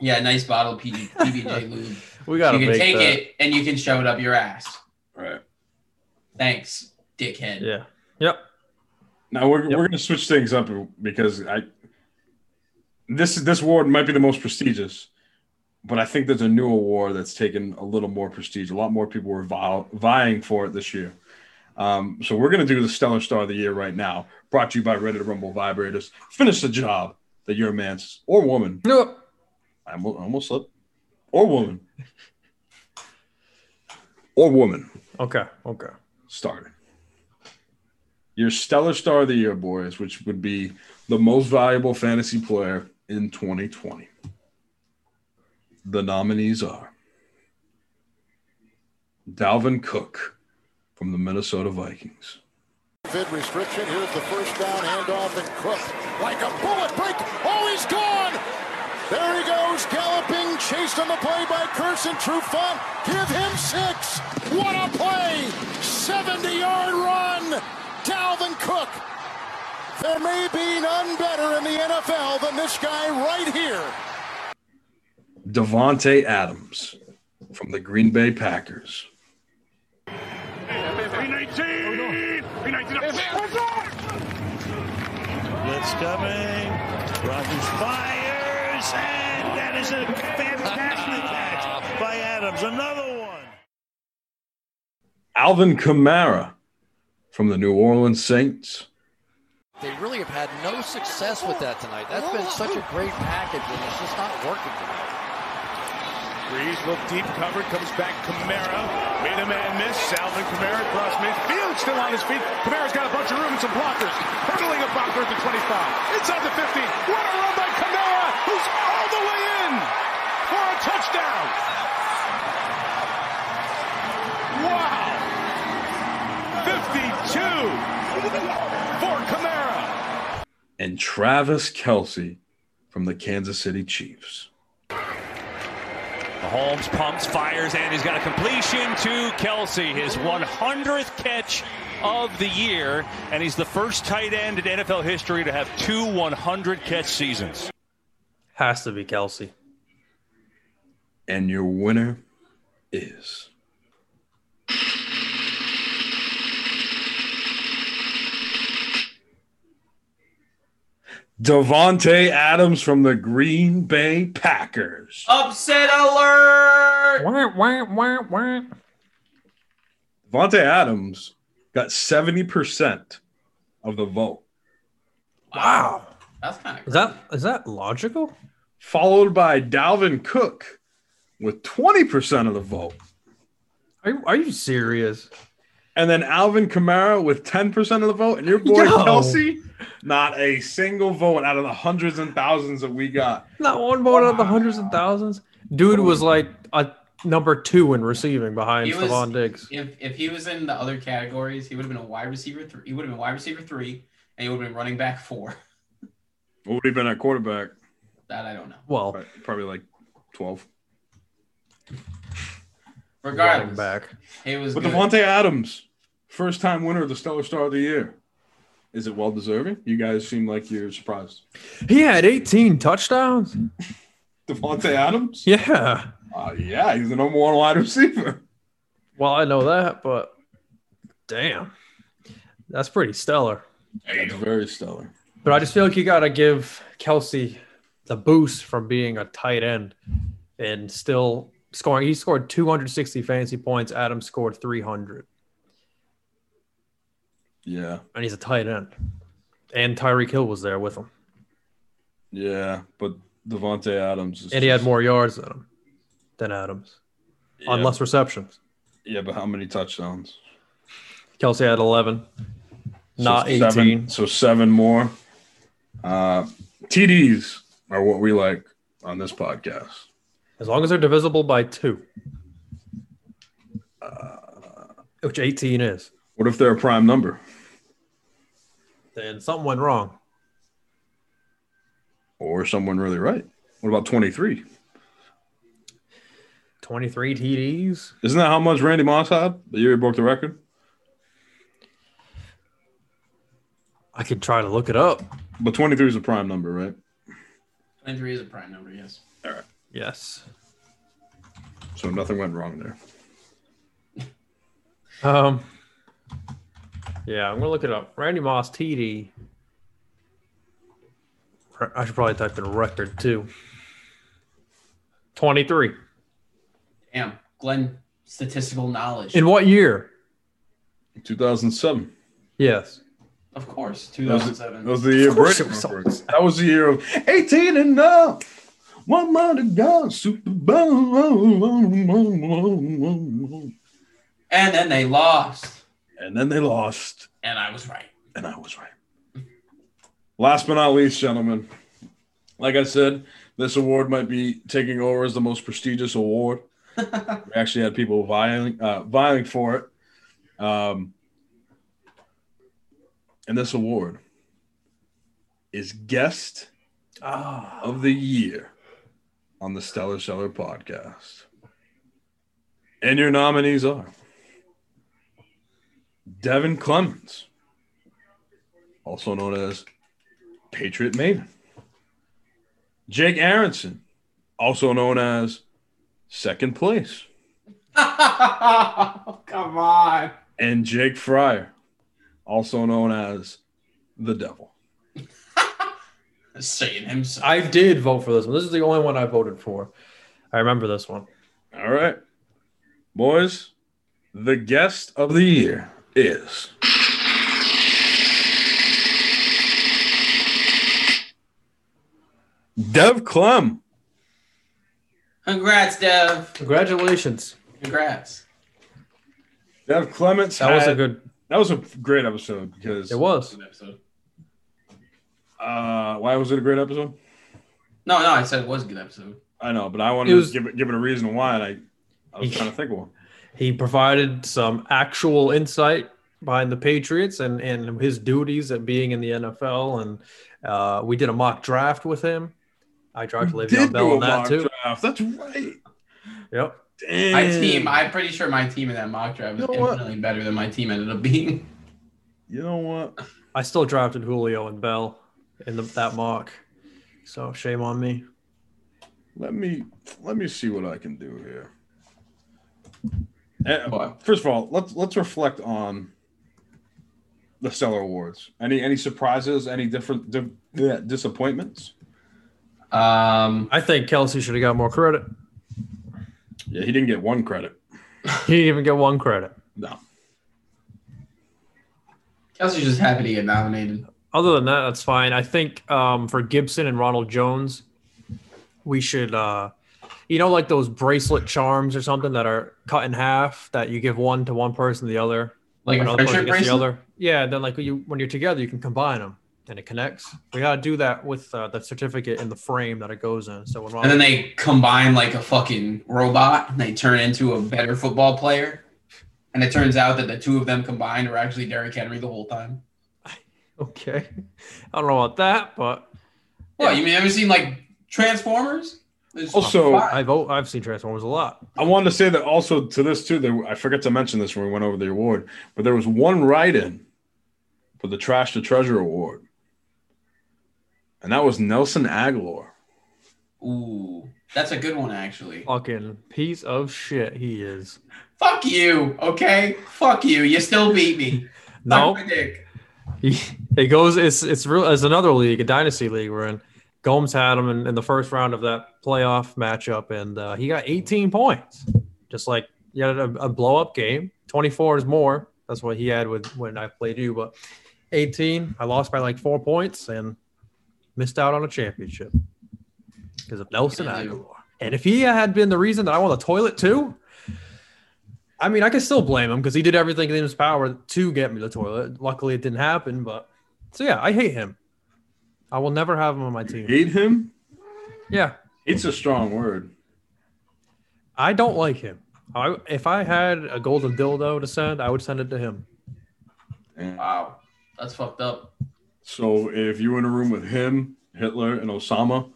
Speaker 1: yeah, nice bottle of PB, PBJ lube.
Speaker 4: We gotta
Speaker 1: you can
Speaker 4: make
Speaker 1: take
Speaker 4: that.
Speaker 1: it and you can shove it up your ass.
Speaker 2: Right.
Speaker 1: Thanks, dickhead.
Speaker 4: Yeah. Yep.
Speaker 2: Now we're we're gonna switch things up because I this this award might be the most prestigious, but I think there's a new award that's taken a little more prestige. A lot more people were vi- vying for it this year. Um, so we're gonna do the Stellar Star of the Year right now, brought to you by Reddit Rumble Vibrators. Finish the job that your man's or woman.
Speaker 4: No,
Speaker 2: I almo- I almost slipped. Or woman. Or woman
Speaker 4: Okay. Okay.
Speaker 2: started. Your stellar star of the year, boys, which would be the most valuable fantasy player in 2020. The nominees are Dalvin Cook from the Minnesota Vikings,
Speaker 15: Vid restriction. Here's the first down handoff and Cook like a bullet break. Oh, he's gone. There he goes, galloping, chased on the play by Kirsten Trufant. Give him six. What a play! 70-yard run. Dalvin Cook. There may be none better in the NFL than this guy right here.
Speaker 2: Devontae Adams from the Green Bay Packers,
Speaker 8: 319! 319 Blitz coming. Rogers fires, and that is a fantastic catch by Adams. Another one.
Speaker 2: Alvin Kamara from the New Orleans Saints,
Speaker 16: They really have had no success with that tonight. That's been such a great package, and it's just not working tonight.
Speaker 8: Breeze look deep covered, comes back Kamara. Made a man miss. Alvin Kamara across midfield, still on his feet. Kamara's got a bunch of room and some blockers. Hurdling a blocker at the 25. Inside the 50. What a run by Kamara, who's all the way in for a touchdown. Wow. 52 for Kamara.
Speaker 2: and Travis Kelsey from the Kansas City Chiefs.
Speaker 5: Mahomes pumps, fires, and he's got a completion to Kelsey, his 100th catch of the year, and he's the first tight end in NFL history to have two 100 catch seasons.
Speaker 4: Has to be Kelsey.
Speaker 2: And your winner is Devonte Adams from the Green Bay Packers.
Speaker 1: Upset alert.
Speaker 2: Devonte Adams got 70% of the vote. Wow.
Speaker 1: That's kind
Speaker 4: Is that is that logical?
Speaker 2: Followed by Dalvin Cook with 20% of the vote.
Speaker 4: Are you, are you serious?
Speaker 2: And then Alvin Kamara with 10% of the vote, and your boy
Speaker 4: Yo.
Speaker 2: Kelsey, not a single vote out of the hundreds and thousands that we got.
Speaker 4: Not one vote out of the hundreds and thousands. Dude was like a number two in receiving behind
Speaker 1: He was-
Speaker 4: Stephon Diggs.
Speaker 1: If if he was in the other categories, he would have been a wide receiver three. He would have been wide receiver three, and he would have been running back four.
Speaker 2: What would he been at quarterback?
Speaker 1: That I don't know.
Speaker 4: Well,
Speaker 2: Probably- probably like 12.
Speaker 1: Regardless,
Speaker 4: back.
Speaker 1: he was.
Speaker 2: But
Speaker 1: good.
Speaker 2: Devontae Adams, first time winner of the Stellar Star of the Year. Is it well deserving? You guys seem like you're surprised.
Speaker 4: He had 18 touchdowns.
Speaker 2: Devontae Adams?
Speaker 4: Yeah.
Speaker 2: Uh, yeah, he's the number one wide receiver.
Speaker 4: Well, I know that, but damn, that's pretty stellar.
Speaker 2: That's very stellar.
Speaker 4: But I just feel like you got to give Kelsey the boost from being a tight end and still scoring. He scored 260 fantasy points. Adam scored 300,
Speaker 2: Yeah.
Speaker 4: and he's a tight end. And Tyreek Hill was there with him,
Speaker 2: Yeah. But Devontae Adams is
Speaker 4: and he had
Speaker 2: just-
Speaker 4: more yards than him than Adams,
Speaker 2: Yeah.
Speaker 4: on less receptions.
Speaker 2: Yeah, but how many touchdowns?
Speaker 4: Kelsey had 11, not
Speaker 2: so
Speaker 4: 18.
Speaker 2: Seven, so seven more. Uh, TDs are what we like on this podcast.
Speaker 4: As long as they're divisible by two, Uh, which 18 is,
Speaker 2: What if they're a prime number?
Speaker 4: then something went wrong.
Speaker 2: Or someone really right? What about 23?
Speaker 4: 23 TDs.
Speaker 2: Isn't that how much Randy Moss had the year he broke the record?
Speaker 4: I could try to look it up.
Speaker 2: But 23 is a prime number, right?
Speaker 1: 23 is a prime number, yes.
Speaker 2: All right.
Speaker 4: Yes.
Speaker 2: So nothing went wrong there.
Speaker 4: Um. Yeah, I'm gonna look it up. Randy Moss TD. Re- I should probably type in record too. Twenty-three.
Speaker 1: Damn, Glenn, statistical knowledge.
Speaker 4: In what year?
Speaker 2: 2007.
Speaker 4: Yes.
Speaker 1: Of course,
Speaker 2: That was,
Speaker 1: 2007.
Speaker 2: that was the year
Speaker 1: Of course
Speaker 2: Brady
Speaker 1: it was
Speaker 2: went for it. That was the year of 18 and up. One more to go. Super Bowl.
Speaker 1: And then they lost.
Speaker 2: And then they lost.
Speaker 1: And I was right.
Speaker 2: And I was right. Last but not least, gentlemen, like I said, this award might be taking over as the most prestigious award. we actually had people vying, uh, vying for it. Um, and this award is Guest of the Year on the Stellar Seller podcast. And your nominees are Devin Clemens, also known as Patriot Maven. Jake Aronson, also known as Second Place.
Speaker 1: Come on.
Speaker 2: And Jake Fryer, also known as The Devil.
Speaker 1: Saying himself.
Speaker 4: I did vote for this one. This is the only one I voted for. I remember this one.
Speaker 2: All right. Boys, the guest of the year is. Dev Clem.
Speaker 1: Congrats, Dev.
Speaker 4: Congratulations.
Speaker 1: Congrats.
Speaker 2: Dev Clements.
Speaker 4: That was a
Speaker 2: had-
Speaker 4: good-
Speaker 2: That was a great episode because
Speaker 4: It was.
Speaker 2: Uh, why was it a great episode?
Speaker 1: No, no, I said it was a good episode.
Speaker 2: I know, but I wanted
Speaker 4: It was-
Speaker 2: to give it, give it a reason why, and I, I was trying to think of one.
Speaker 4: He provided some actual insight behind the Patriots and, and his duties at being in the NFL. And uh, we did a mock draft with him. I tried to Le'Veon
Speaker 2: Did do
Speaker 4: Bell
Speaker 2: a
Speaker 4: on that
Speaker 2: mock
Speaker 4: too.
Speaker 2: draft. That's right.
Speaker 4: Yep.
Speaker 1: My
Speaker 2: Damn.
Speaker 1: team, I'm pretty sure my team in that mock draft was
Speaker 2: You know what?
Speaker 1: infinitely better than my team ended up being.
Speaker 2: You know what?
Speaker 4: I still drafted Julio and Bell in the, that mock. So shame on me.
Speaker 2: Let me let me see what I can do here. Eh, First of all, let's let's reflect on the Stellar Awards. Any any surprises? Any different di- yeah, disappointments?
Speaker 1: Um,
Speaker 4: I think Kelsey should have got more credit.
Speaker 2: Yeah, he didn't get one credit.
Speaker 4: He didn't even get one credit.
Speaker 2: No.
Speaker 1: Kelsey's just happy to get nominated.
Speaker 4: Other than that, that's fine. I think um, for Gibson and Ronald Jones, we should, uh, you know, like those bracelet charms or something that are cut in half that you give one to one person, the other,
Speaker 1: Like a
Speaker 4: another person
Speaker 1: friendship
Speaker 4: gets the
Speaker 1: bracelet?
Speaker 4: other. Yeah, then like you when you're together, you can combine them and it connects. We gotta do that with uh, the certificate in the frame that it goes in. So when
Speaker 1: And then they combine like a fucking robot and they turn into a better football player. And it turns out that the two of them combined were actually Derrick Henry the whole time.
Speaker 4: okay, I don't know about that, but
Speaker 1: What, you mean, have you seen like Transformers? There's
Speaker 2: Also-
Speaker 1: fucking
Speaker 4: I've o- I've seen Transformers a lot.
Speaker 2: I wanted to say that also to this too. There, I forgot to mention this when we went over the award, but there was one write-in for the Trash to Treasure Award, and that was Nelson Aguilar.
Speaker 1: Ooh, that's a good one actually.
Speaker 4: Fucking piece of shit he is.
Speaker 1: Fuck you, okay? Fuck you. You still beat me. Suck
Speaker 4: No.
Speaker 1: my dick.
Speaker 4: He, it goes. It's it's real as another league, a dynasty league we're in. Gomes had him in, in the first round of that playoff matchup, and uh, he got 18 points. Just like you had a, a blow up game. 24 is more. That's what he had with when I played you, but 18. I lost by like four points and missed out on a championship because of Nelson Aguilar. And if he had been the reason that I won the toilet too, I mean, I could still blame him because he did everything in his power to get me to the toilet. Luckily, it didn't happen. But so yeah, I hate him. I will never have him on my team.
Speaker 2: Hate him?
Speaker 4: Yeah,
Speaker 2: It's a strong word.
Speaker 4: I don't like him. I, if I had a golden dildo to send, I would send it to him.
Speaker 2: And
Speaker 1: Wow. That's fucked up.
Speaker 2: so, if you were in a room with him, Hitler, and Osama,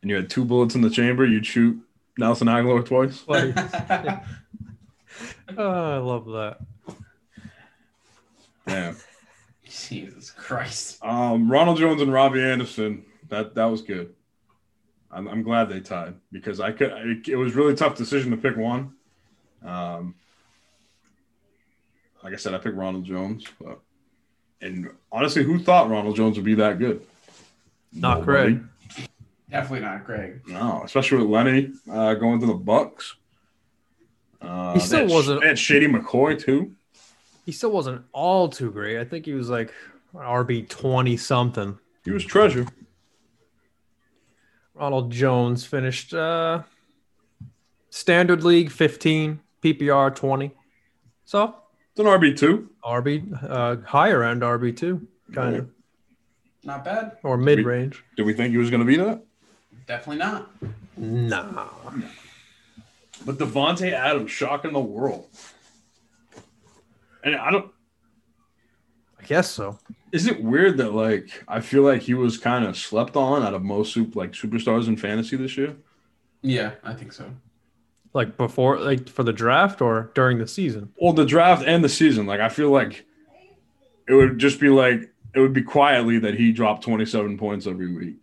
Speaker 2: and you had two bullets in the chamber, you'd shoot Nelson Aguilar twice.
Speaker 4: Like, ah, oh, I love that.
Speaker 2: Yeah.
Speaker 1: Jesus Christ.
Speaker 2: Um, Ronald Jones and Robbie Anderson. That that was good. I'm, I'm glad they tied because I could. It, it was really tough decision to pick one. Um, like I said, I picked Ronald Jones, but, and honestly, who thought Ronald Jones would be that good?
Speaker 4: Not Craig.
Speaker 1: Definitely not Craig.
Speaker 2: No, especially with Lenny uh, going to the Bucks. Uh,
Speaker 4: He still
Speaker 2: they had-
Speaker 4: wasn't-
Speaker 2: They had Shady McCoy too.
Speaker 4: He still wasn't all too great. I think he was like RB twenty something.
Speaker 2: He was treasure.
Speaker 4: Ronald Jones finished uh, standard league fifteen, PPR twenty. So
Speaker 2: it's an RB two,
Speaker 4: RB uh, higher end RB two, kind of
Speaker 1: Not bad.
Speaker 4: or mid range.
Speaker 2: Did we think he was going to be that?
Speaker 1: Definitely not.
Speaker 4: Nah.
Speaker 2: But Devonte Adams shocking the world. And I don't.
Speaker 4: I guess so.
Speaker 2: Is it weird that like I feel like he was kind of slept on out of most sup- like superstars in fantasy this year?
Speaker 1: Yeah, I think so.
Speaker 4: Like before, like for the draft or during the season.
Speaker 2: Well, the draft and the season, like I feel like it would just be like it would be quietly that he dropped twenty seven points every week.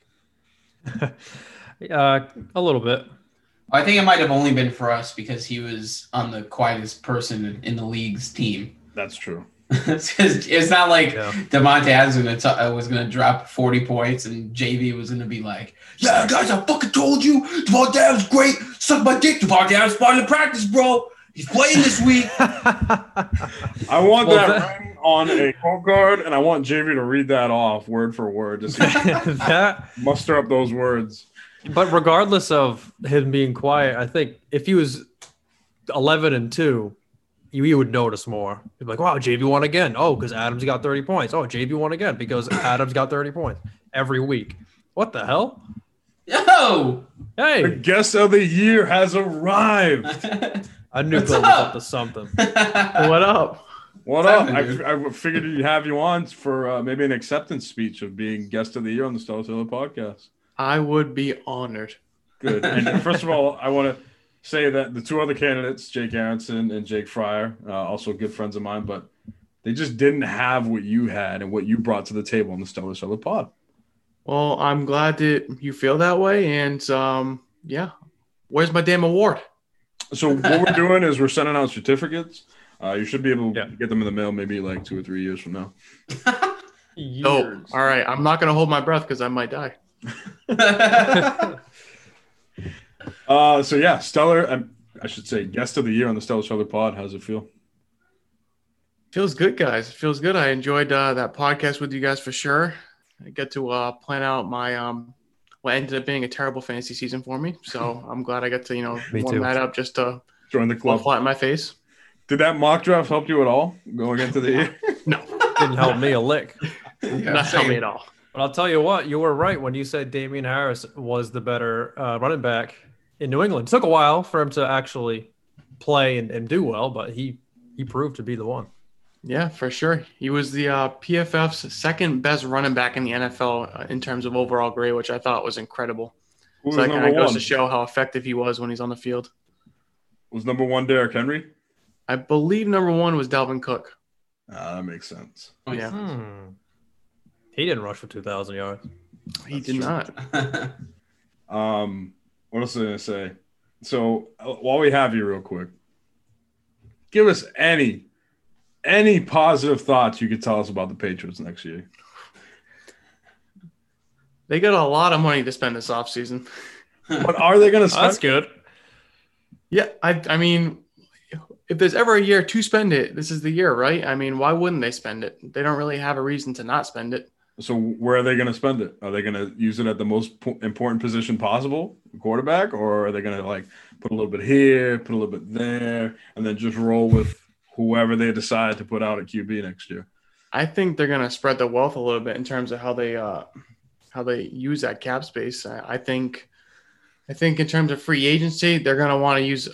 Speaker 4: Uh, a little bit.
Speaker 1: I think it might have only been for us because he was on the quietest person in- in the league's team.
Speaker 2: That's true.
Speaker 1: it's, just- it's not like Devontae Adams was gonna t- uh, was going to drop 40 points and JV was going to be like, yeah, guys, I fucking told you. Devontae Adams great. Suck my dick. Devontae Adams part of the practice, bro. He's playing this week.
Speaker 2: I want
Speaker 1: Well,
Speaker 2: that
Speaker 1: that-
Speaker 2: written on a quote card, and I want Jamie to read that off word for word. Just
Speaker 4: that
Speaker 2: muster up those words.
Speaker 4: But regardless of him being quiet, I think if he was eleven and two, you, you would notice more. You'd be like, "Wow, JB won again." Oh, because Adams got thirty points. Oh, JB won again because Adams got thirty points every week. What the hell?
Speaker 1: Yo,
Speaker 4: hey,
Speaker 2: the guest of the year has arrived.
Speaker 4: I knew Bill was up to something. what up?
Speaker 2: What
Speaker 4: What's
Speaker 2: up?
Speaker 4: happening,
Speaker 2: I, I figured you'd have you on for uh, maybe an acceptance speech of being guest of the year on the Stella Taylor podcast.
Speaker 17: I would be honored.
Speaker 2: Good. And uh, first of all, I want to say that the two other candidates, Jake Aronson and Jake Fryer, uh, also good friends of mine, but they just didn't have what you had and what you brought to the table on the Stella Taylor pod.
Speaker 17: Well, I'm glad that you feel that way. And um, yeah, where's my damn award?
Speaker 2: So what we're doing is we're sending out certificates. Uh, you should be able to get them in the mail maybe like two or three years from now.
Speaker 17: No, Oh, all right. I'm not gonna hold my breath because I might die.
Speaker 2: Uh, so yeah, Stellar. Um, I should say guest of the year on the Stellar Stellar Pod. How's it feel?
Speaker 17: Feels good, guys. It feels good. I enjoyed uh, that podcast with you guys for sure. I get to uh, plan out my um, what ended up being a terrible fantasy season for me. So I'm glad I got to you know
Speaker 2: Me
Speaker 17: warm
Speaker 2: too.
Speaker 17: that up just to
Speaker 2: Join the club.
Speaker 17: Flat in my face.
Speaker 2: Did that mock draft help you at all going into the year?
Speaker 4: Didn't help me a lick.
Speaker 17: not help me at all.
Speaker 4: But I'll tell you what, you were right when you said Damian Harris was the better uh, running back in New England. It took a while for him to actually play and, and do well, but he he proved to be the one.
Speaker 17: Yeah, for sure. He was the uh, PFF's second best running back in the NFL uh, in terms of overall grade, which I thought was incredible.
Speaker 2: Who
Speaker 17: so
Speaker 2: was
Speaker 17: that kind
Speaker 2: number
Speaker 17: of goes
Speaker 2: one?
Speaker 17: to show how effective he was when he's on the field.
Speaker 2: Was number one Derrick Henry?
Speaker 17: I believe number one was Dalvin Cook.
Speaker 2: Ah, that makes sense.
Speaker 17: Yeah,
Speaker 4: Hmm. He didn't rush for 2,000 yards.
Speaker 17: he did not.
Speaker 2: Um, what else was I gonna say? So uh, while we have you, real quick, give us any any positive thoughts you could tell us about the Patriots next year.
Speaker 17: They got a lot of money to spend this offseason.
Speaker 2: But are they going to spend?
Speaker 17: That's
Speaker 4: good.
Speaker 17: Yeah, I, I mean, if there's ever a year to spend it, this is the year, right? I mean, why wouldn't they spend it? They don't really have a reason to not spend it.
Speaker 2: So where are they going to spend it? Are they going to use it at the most po- important position possible, quarterback, or are they going to like put a little bit here, put a little bit there, and then just roll with whoever they decide to put out at QB next year?
Speaker 17: I think they're going to spread the wealth a little bit in terms of how they uh, how they use that cap space. I, I think I think in terms of free agency, they're going to want to use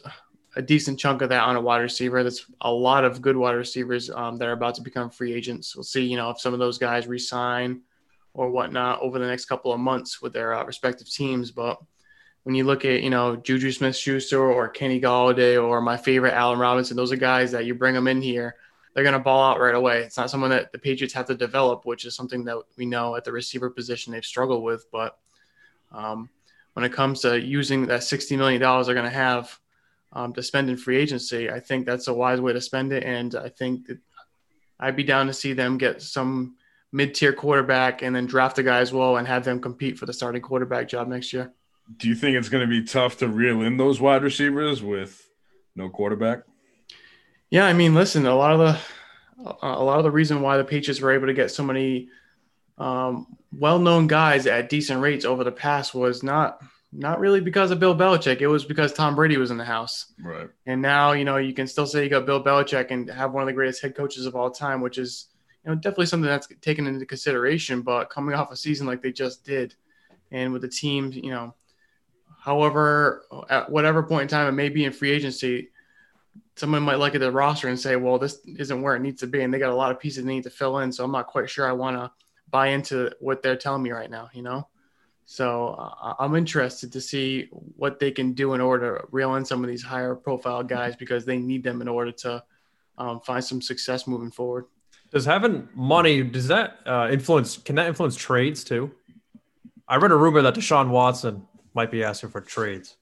Speaker 17: a decent chunk of that on a wide receiver. That's a lot of good wide receivers um, that are about to become free agents. We'll see, you know, if some of those guys resign or whatnot over the next couple of months with their uh, respective teams. But when you look at, you know, Juju Smith-Schuster or Kenny Galladay or my favorite Allen Robinson, those are guys that you bring them in here they're going to ball out right away. It's not someone that the Patriots have to develop, which is something that we know at the receiver position they've struggled with. But um, when it comes to using that $60 million they're going to have um, to spend in free agency, I think that's a wise way to spend it. And I think that I'd be down to see them get some mid tier quarterback and then draft a guy as well and have them compete for the starting quarterback job next year.
Speaker 2: Do you think it's going to be tough to reel in those wide receivers with no quarterback?
Speaker 17: Yeah, I mean, listen, a lot of the uh, a lot of the reason why the Patriots were able to get so many um, well-known guys at decent rates over the past was not not really because of Bill Belichick. It was because Tom Brady was in the house.
Speaker 2: Right.
Speaker 17: And now, you know, you can still say you got Bill Belichick and have one of the greatest head coaches of all time, which is, you know, definitely something that's taken into consideration. But coming off a season like they just did, and with the team, you know, however, at whatever point in time it may be in free agency, someone might look at the roster and say, well, this isn't where it needs to be. And they got a lot of pieces they need to fill in. So I'm not quite sure I want to buy into what they're telling me right now, you know? So uh, I'm interested to see what they can do in order to reel in some of these higher profile guys because they need them in order to um, find some success moving forward.
Speaker 4: Does having money does that uh, influence? Can that influence trades too? I read a rumor that Deshaun Watson might be asking for trades.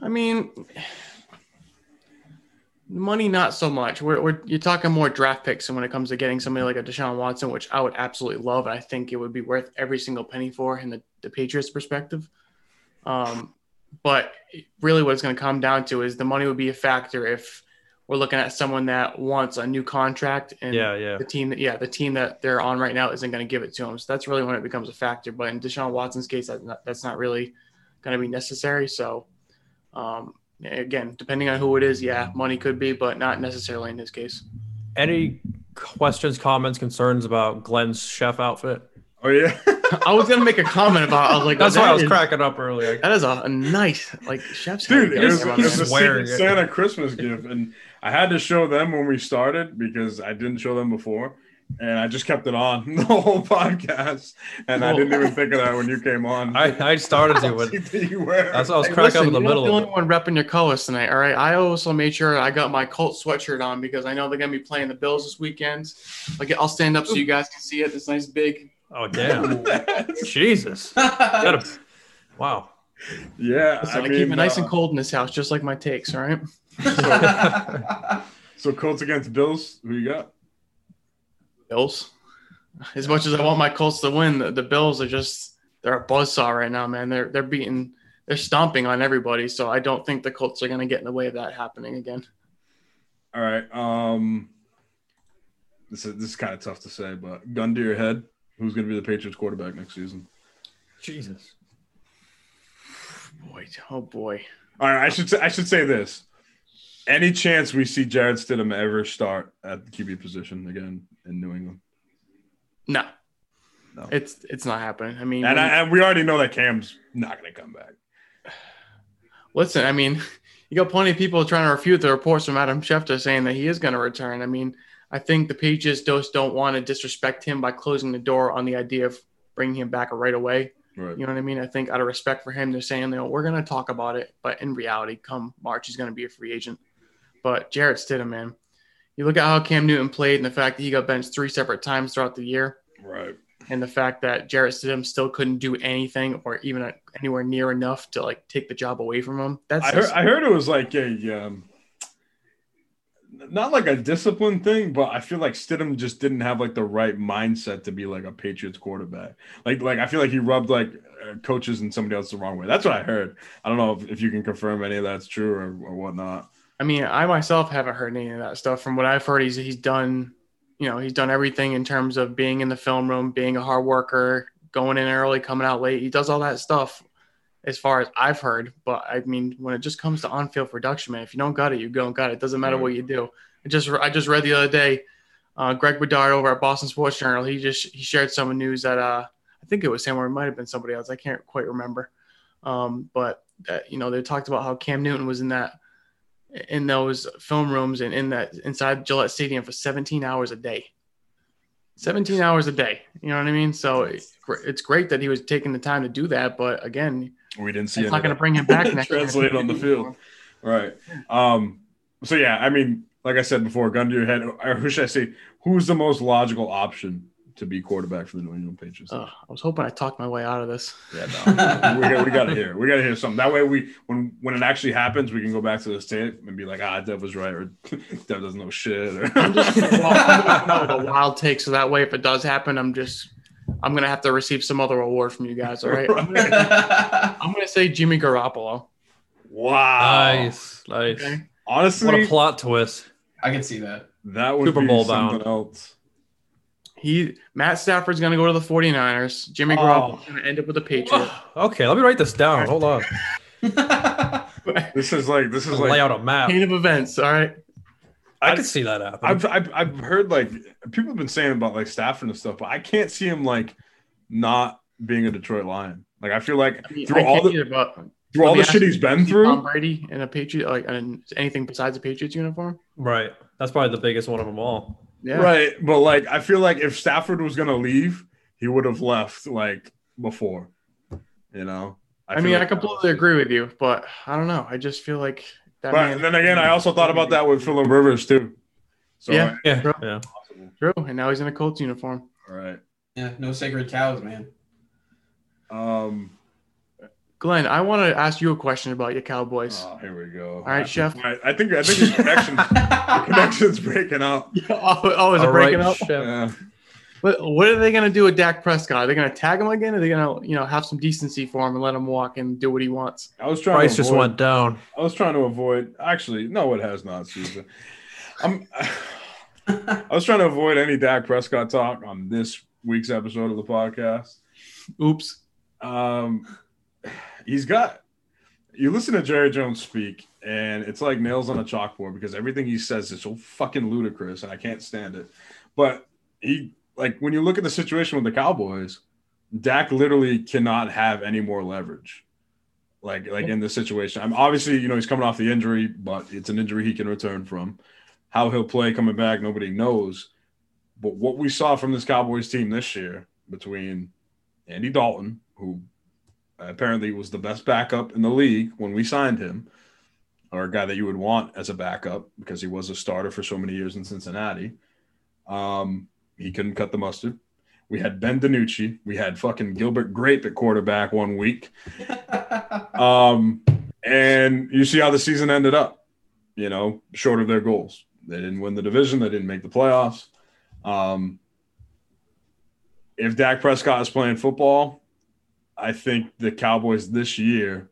Speaker 17: I mean, money not so much. We're, we're you're talking more draft picks, and when it comes to getting somebody like a Deshaun Watson, which I would absolutely love, I think it would be worth every single penny for in the, the Patriots' perspective. Um, but really, what it's going to come down to is the money would be a factor if we're looking at someone that wants a new contract, and
Speaker 4: Yeah, yeah.
Speaker 17: the team that yeah the team that they're on right now isn't going to give it to them. So that's really when it becomes a factor. But in Deshaun Watson's case, that's not, that's not really going to be necessary. So um, again, depending on who it is, yeah, money could be, but not necessarily in his case.
Speaker 4: Any questions, comments, concerns about Glenn's chef outfit?
Speaker 2: Oh yeah,
Speaker 17: I was gonna make a comment about. I was like,
Speaker 4: that's
Speaker 17: oh,
Speaker 4: why I
Speaker 17: that
Speaker 4: was
Speaker 17: is-
Speaker 4: cracking up earlier.
Speaker 17: That is a, a nice like chef's
Speaker 2: Dude,
Speaker 17: hat.
Speaker 2: it was, it
Speaker 17: Yeah,
Speaker 2: was a
Speaker 17: I'm wearing
Speaker 2: Secret
Speaker 17: it.
Speaker 2: Santa Christmas gift, and I had to show them when we started because I didn't show them before, and I just kept it on the whole podcast, and I
Speaker 4: Cool.
Speaker 2: didn't even think of that when you came on.
Speaker 4: I, I started it with. That's what I was
Speaker 17: Hey,
Speaker 4: cracking up in
Speaker 17: listen,
Speaker 4: the
Speaker 17: you're
Speaker 4: middle.
Speaker 17: Not the
Speaker 4: Of
Speaker 17: only
Speaker 4: it.
Speaker 17: one repping your colors tonight. All right. I also made sure I got my Colt sweatshirt on because I know they're gonna be playing the Bills this weekend. Like, I'll stand up so you guys can see it. This nice big.
Speaker 4: Oh damn! Jesus. Gotta- wow.
Speaker 2: Yeah,
Speaker 17: Listen, I,
Speaker 2: I
Speaker 17: keep
Speaker 2: mean,
Speaker 17: it nice
Speaker 2: uh,
Speaker 17: and cold in this house, just like my takes. All right.
Speaker 2: So Colts against Bills, who you got?
Speaker 17: Bills. As much as I want my Colts to win, the, the Bills are just they're a buzzsaw right now, man. They're they're beating they're stomping on everybody. So I don't think the Colts are gonna get in the way of that happening again.
Speaker 2: All right. Um, this is this is kind of tough to say, but gun to your head, who's going to be the Patriots quarterback next season?
Speaker 4: Jesus.
Speaker 17: Boy, oh boy.
Speaker 2: All right, I should say, I should say this. Any chance we see Jared Stidham ever start at the QB position again in New England?
Speaker 17: No.
Speaker 2: No.
Speaker 17: It's it's not happening. I mean
Speaker 2: And,
Speaker 17: when-
Speaker 2: I, and we already know that Cam's not going to come back.
Speaker 17: Listen, I mean, you got plenty of people trying to refute the reports from Adam Schefter saying that he is going to return. I mean, I think the Patriots just don't want to disrespect him by closing the door on the idea of bringing him back right away.
Speaker 2: Right.
Speaker 17: You know what I mean? I think out of respect for him, they're saying, you know, we're going to talk about it. But in reality, come March, he's going to be a free agent. But Jarrett Stidham, man, you look at how Cam Newton played and the fact that he got benched three separate times throughout the year
Speaker 2: Right.
Speaker 17: and the fact that Jarrett Stidham still couldn't do anything or even uh, anywhere near enough to like take the job away from him. That's
Speaker 2: I heard, I heard it was like a um, not like a discipline thing, but I feel like Stidham just didn't have like the right mindset to be like a Patriots quarterback. Like like I feel like he rubbed like uh, coaches and somebody else the wrong way. That's what I heard. I don't know if, if you can confirm any of that's true or, or whatnot.
Speaker 17: I mean, I myself haven't heard any of that stuff. From what I've heard, he's he's done, you know, he's done everything in terms of being in the film room, being a hard worker, going in early, coming out late. He does all that stuff, as far as I've heard. But I mean, when it just comes to on-field production, man, if you don't got it, you don't got it. It doesn't matter what you do. I just I just read the other day, uh, Greg Bedard over at Boston Sports Journal. He just he shared some news that uh, I think it was him or it might have been somebody else. I can't quite remember. Um, but uh, you know, they talked about how Cam Newton was in that in those film rooms and in that inside Gillette Stadium for 17 hours a day. 17 hours a day. You know what I mean? So it- it's great that he was taking the time to do that, but again,
Speaker 2: We didn't see any
Speaker 17: it's not
Speaker 2: of
Speaker 17: going to
Speaker 2: that.
Speaker 17: bring him back next year.
Speaker 2: Translate on the field. Right. Um, So yeah, I mean, like I said before, gun to your head, or who should I say, who's the most logical option to be quarterback for the New England Patriots?
Speaker 4: Oh.
Speaker 17: Uh, I was hoping I talked my way out of this.
Speaker 2: Yeah, no, we, got, we got to hear, we got to hear something. That way, we when when it actually happens, we can go back to this tape and be like, ah, Dev was right, or Dev doesn't know shit. Or,
Speaker 17: the wild take, so that way, if it does happen, I'm just I'm gonna have to receive some other award from you guys. All right, I'm gonna, I'm gonna say Jimmy Garoppolo.
Speaker 2: Wow,
Speaker 4: Nice, nice.
Speaker 17: Okay.
Speaker 2: Honestly,
Speaker 4: what a plot twist.
Speaker 1: I can see that.
Speaker 2: that would
Speaker 4: Super
Speaker 2: be
Speaker 4: Bowl
Speaker 2: something
Speaker 4: bound.
Speaker 2: else.
Speaker 17: He Matt Stafford's gonna go to the 49ers. Jimmy
Speaker 2: Oh.
Speaker 4: Oh.
Speaker 17: Garoppolo's gonna end up with the Patriots.
Speaker 4: Okay, let me write this down. Hold on.
Speaker 2: This is like this is
Speaker 4: Lay
Speaker 2: like
Speaker 4: out a map.
Speaker 17: Chain of events. All right.
Speaker 4: I could see that happen.
Speaker 2: I've, I've I've heard like people have been saying about like Stafford and stuff, but I can't see him like not being a Detroit Lion. Like I feel like
Speaker 17: I mean,
Speaker 2: through
Speaker 17: I
Speaker 2: all
Speaker 17: can't
Speaker 2: the
Speaker 17: either, but
Speaker 2: through all
Speaker 17: let me
Speaker 2: the
Speaker 17: ask
Speaker 2: shit
Speaker 17: you,
Speaker 2: he's
Speaker 17: do you
Speaker 2: been
Speaker 17: see
Speaker 2: through,
Speaker 17: Tom Brady in a Patriot, like in anything besides a Patriots uniform.
Speaker 4: Right. That's probably the biggest one of them all.
Speaker 17: Yeah.
Speaker 2: Right. But like I feel like if Stafford was gonna leave, he would have left like before. You know?
Speaker 17: I,
Speaker 2: feel
Speaker 17: mean, I
Speaker 2: like-
Speaker 17: completely agree with you, but I don't know. I just feel like that.
Speaker 2: But
Speaker 17: man-
Speaker 2: then again, I also thought about that with Phillip Rivers too. So
Speaker 17: yeah,
Speaker 4: Yeah.
Speaker 17: True.
Speaker 4: Yeah.
Speaker 17: true. And now he's in a Colts uniform.
Speaker 2: all right.
Speaker 1: Yeah, no sacred cows, man.
Speaker 2: Um
Speaker 17: Glenn, I want to ask you a question about your Cowboys.
Speaker 2: oh, here we go.
Speaker 17: All right, Chef.
Speaker 2: I, I think I think his connection the
Speaker 4: Oh,
Speaker 2: connection's breaking up.
Speaker 17: oh, oh, is it
Speaker 4: All
Speaker 17: breaking
Speaker 4: right,
Speaker 17: up?
Speaker 4: Chef.
Speaker 2: Yeah.
Speaker 17: What, what are they going to do with Dak Prescott? Are they going to tag him again? Are they going to, you know, have some decency for him and let him walk and do what he wants?
Speaker 2: I was trying
Speaker 4: Price
Speaker 2: to
Speaker 4: just
Speaker 2: avoid-
Speaker 4: went down.
Speaker 2: I was trying to avoid. Actually, no, it has not, Susan. I'm. I was trying to avoid any Dak Prescott talk on this week's episode of the podcast.
Speaker 17: Oops.
Speaker 2: Um, he's got. You listen to Jerry Jones speak, and it's like nails on a chalkboard because everything he says is so fucking ludicrous, and I can't stand it. But he, like, when you look at the situation with the Cowboys, Dak literally cannot have any more leverage. Like, like in this situation, I'm obviously, you know, he's coming off the injury, but it's an injury he can return from. How he'll play coming back, nobody knows. But what we saw from this Cowboys team this year, between Andy Dalton, who apparently was the best backup in the league when we signed him, or a guy that you would want as a backup because he was a starter for so many years in Cincinnati. Um, he couldn't cut the mustard. We had Ben DiNucci. We had fucking Gilbert Grape at quarterback one week. um, and you see how the season ended up, you know, short of their goals. They didn't win the division. They didn't make the playoffs. Um, if Dak Prescott is playing football, I think the Cowboys this year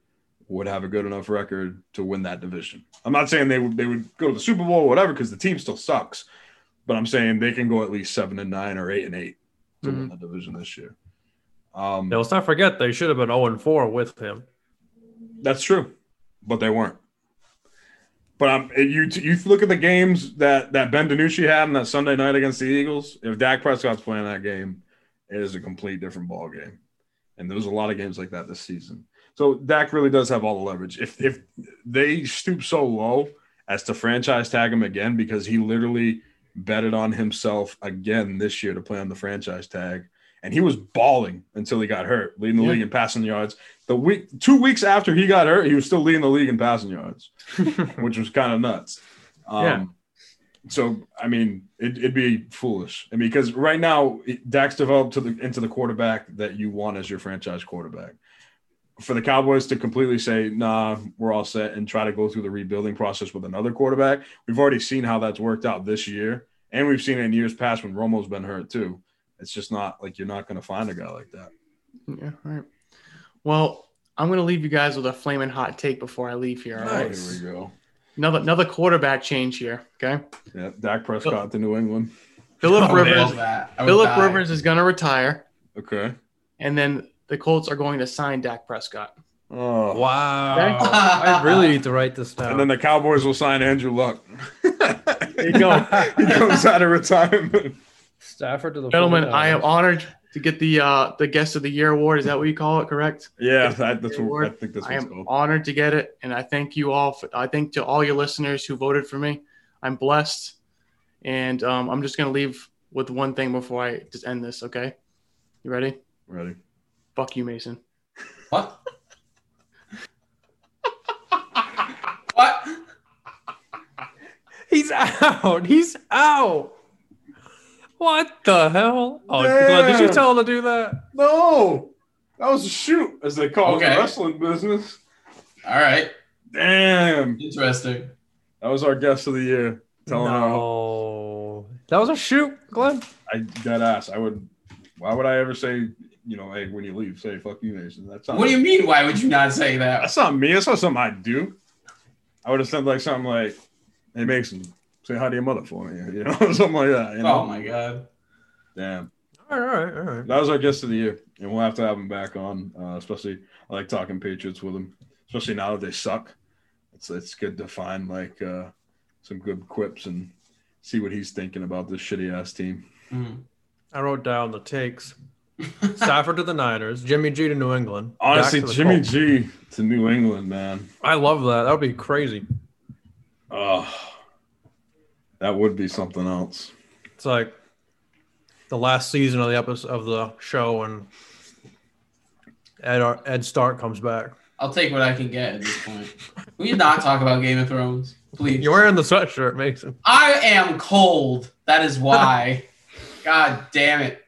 Speaker 2: would have a good enough record to win that division. I'm not saying they would they would go to the Super Bowl or whatever because the team still sucks, but I'm saying they can go at least seven and nine or eight and eight to win the division this year. Um,
Speaker 4: Now, let's not forget they should have been 0 4 with him.
Speaker 2: that's true, but they weren't. But um, you you look at the games that that Ben DiNucci had on that Sunday night against the Eagles. If Dak Prescott's playing that game, it is a complete different ball game. And there was a lot of games like that this season. So Dak really does have all the leverage. If if they stoop so low as to franchise tag him again, because he literally betted on himself again this year to play on the franchise tag, and he was balling until he got hurt, leading the
Speaker 17: Yeah.
Speaker 2: league in passing yards. The week two weeks after he got hurt, he was still leading the league in passing yards, which was kind of nuts. Um,
Speaker 17: Yeah.
Speaker 2: So I mean, it, it'd be foolish. I mean, because right now it- Dak's developed to the into the quarterback that you want as your franchise quarterback. For the Cowboys to completely say, "Nah, we're all set," and try to go through the rebuilding process with another quarterback, we've already seen how that's worked out this year, and we've seen it in years past when Romo's been hurt too. It's just not like you're not going to find a guy like that.
Speaker 17: Yeah, all right. Well, I'm going to leave you guys with a flaming hot take before I leave here. All right.
Speaker 2: Oh, here we go.
Speaker 17: Another, another quarterback change here. Okay.
Speaker 2: Yeah, Dak Prescott to New England.
Speaker 17: Philip
Speaker 1: I would love
Speaker 17: Rivers.
Speaker 1: that. I would
Speaker 17: Philip
Speaker 1: die.
Speaker 17: Rivers is going to retire,
Speaker 2: Okay.
Speaker 17: and then the Colts are going to sign Dak Prescott.
Speaker 2: Oh.
Speaker 4: Wow. I really need to write this down.
Speaker 2: And then the Cowboys will sign Andrew Luck.
Speaker 17: There you go.
Speaker 2: he comes out of retirement.
Speaker 4: Stafford to the
Speaker 17: Gentlemen,
Speaker 4: 49ers.
Speaker 17: I am honored to get the uh, the Guest of the Year award. Is that what you call it? Correct.
Speaker 2: Yeah, that, that's what I
Speaker 17: Award.
Speaker 2: think that's
Speaker 17: I
Speaker 2: what's
Speaker 17: am
Speaker 2: called.
Speaker 17: honored to get it, and I thank you all. For, I thank to all your listeners who voted for me. I'm blessed, and um, I'm just gonna leave with one thing before I just end this. Okay, you ready?
Speaker 2: Ready?
Speaker 17: Fuck you, Mason.
Speaker 1: What? what?
Speaker 4: He's out. He's out. What the hell? Oh, Glenn, did you
Speaker 2: Man.
Speaker 4: tell him to do that?
Speaker 2: No, that was a shoot, as they call it in
Speaker 4: Okay.
Speaker 2: the wrestling business.
Speaker 1: All right.
Speaker 2: Damn.
Speaker 1: Interesting.
Speaker 2: That was our guest of the year. Telling
Speaker 4: no. That was a shoot, Glenn.
Speaker 2: I dead ass. I would. Why would I ever say, you know, hey, when you leave, say fuck you, Nation? That's not.
Speaker 1: What do you mean, why would you not say that?
Speaker 2: That's not me. That's not something I do. I would have said like something like, "Hey Mason, say hi to your mother for me," you know, something like that. You know?
Speaker 1: Oh my god.
Speaker 2: Damn.
Speaker 4: All right, all right, all right.
Speaker 2: That was our guest of the year, and we'll have to have him back on. Uh, especially, I like talking Patriots with him, especially now that they suck. It's it's good to find like uh, some good quips and see what he's thinking about this shitty ass team.
Speaker 1: Hmm.
Speaker 4: I wrote down the takes. Stafford to the Niners, Jimmy G to New England. Dak
Speaker 2: Honestly,
Speaker 4: to the
Speaker 2: Jimmy
Speaker 4: Colts.
Speaker 2: G to New England, man.
Speaker 4: I love that. That would be crazy.
Speaker 2: Oh, that would be something else.
Speaker 4: It's like the last season of the episode of the show, and Ed Ed Stark comes back.
Speaker 1: I'll take what I can get at this point. We did not talk about Game of Thrones. Please.
Speaker 4: You're wearing the sweatshirt, Mason.
Speaker 1: I am cold. That is why. God damn it.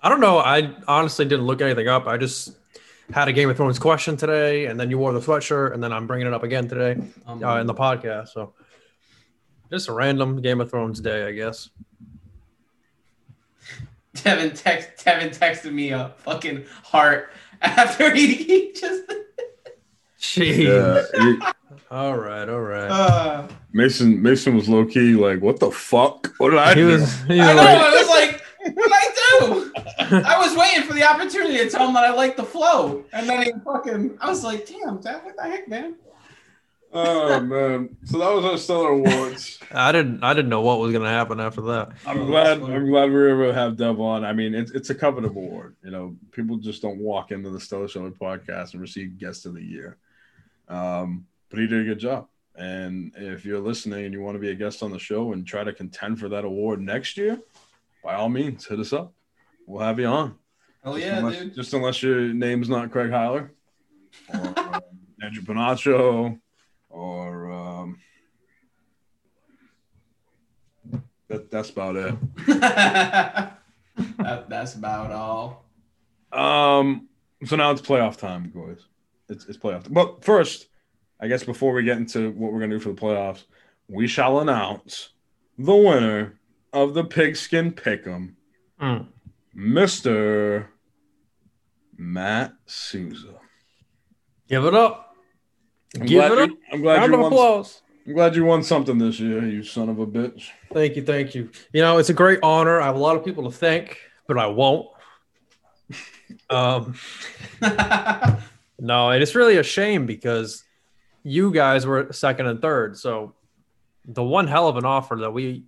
Speaker 4: I don't know. I honestly didn't look anything up. I just had a Game of Thrones question today, and then you wore the sweatshirt, and then I'm bringing it up again today uh, in the podcast. So just a random Game of Thrones day, I guess.
Speaker 1: Tevin text Tevin texted me a fucking heart after he, he just
Speaker 4: Jeez.
Speaker 2: Yeah, he-
Speaker 4: All right, all right.
Speaker 1: uh,
Speaker 2: Mason Mason was low key like, what the fuck? What did I
Speaker 4: he
Speaker 2: do?
Speaker 4: was. He
Speaker 1: I
Speaker 4: was
Speaker 1: know.
Speaker 4: like,
Speaker 1: I was like, what I do? I was waiting for the opportunity to tell him that I like the flow, and then he fucking. I was like, damn, that what the heck, man?
Speaker 2: oh man! So that was our stellar awards.
Speaker 4: I didn't. I didn't know what was gonna happen after that.
Speaker 2: I'm glad. I'm glad we were able to have Dev on. I mean, it's it's a coveted award. You know, people just don't walk into the Stellar Show podcast and receive Guest of the Year. Um, but he did a good job. And if you're listening and you want to be a guest on the show and try to contend for that award next year, by all means, hit us up. We'll have you on.
Speaker 1: Hell
Speaker 2: Just
Speaker 1: Oh, yeah,
Speaker 2: unless,
Speaker 1: dude.
Speaker 2: Just unless your name's not Craig Heiler or um, Andrew Panacho or um, that, that's about it.
Speaker 1: That, that's about all.
Speaker 2: Um, so now it's playoff time, guys. It's, it's playoff time. But first, I guess before we get into what we're going to do for the playoffs, we shall announce the winner of the Pigskin Pick'em,
Speaker 4: Mm.
Speaker 2: Mr. Matt Souza.
Speaker 4: Give it up.
Speaker 2: I'm
Speaker 4: Give
Speaker 2: glad
Speaker 4: it
Speaker 2: you-
Speaker 4: up.
Speaker 2: I'm glad
Speaker 4: Round
Speaker 2: you
Speaker 4: of
Speaker 2: won-
Speaker 4: applause.
Speaker 2: I'm glad you won something this year, you son of a bitch.
Speaker 4: Thank you, thank you. You know, it's a great honor. I have a lot of people to thank, but I won't. Um, no, and it's really a shame because you guys were second and third. So the one hell of an offer that we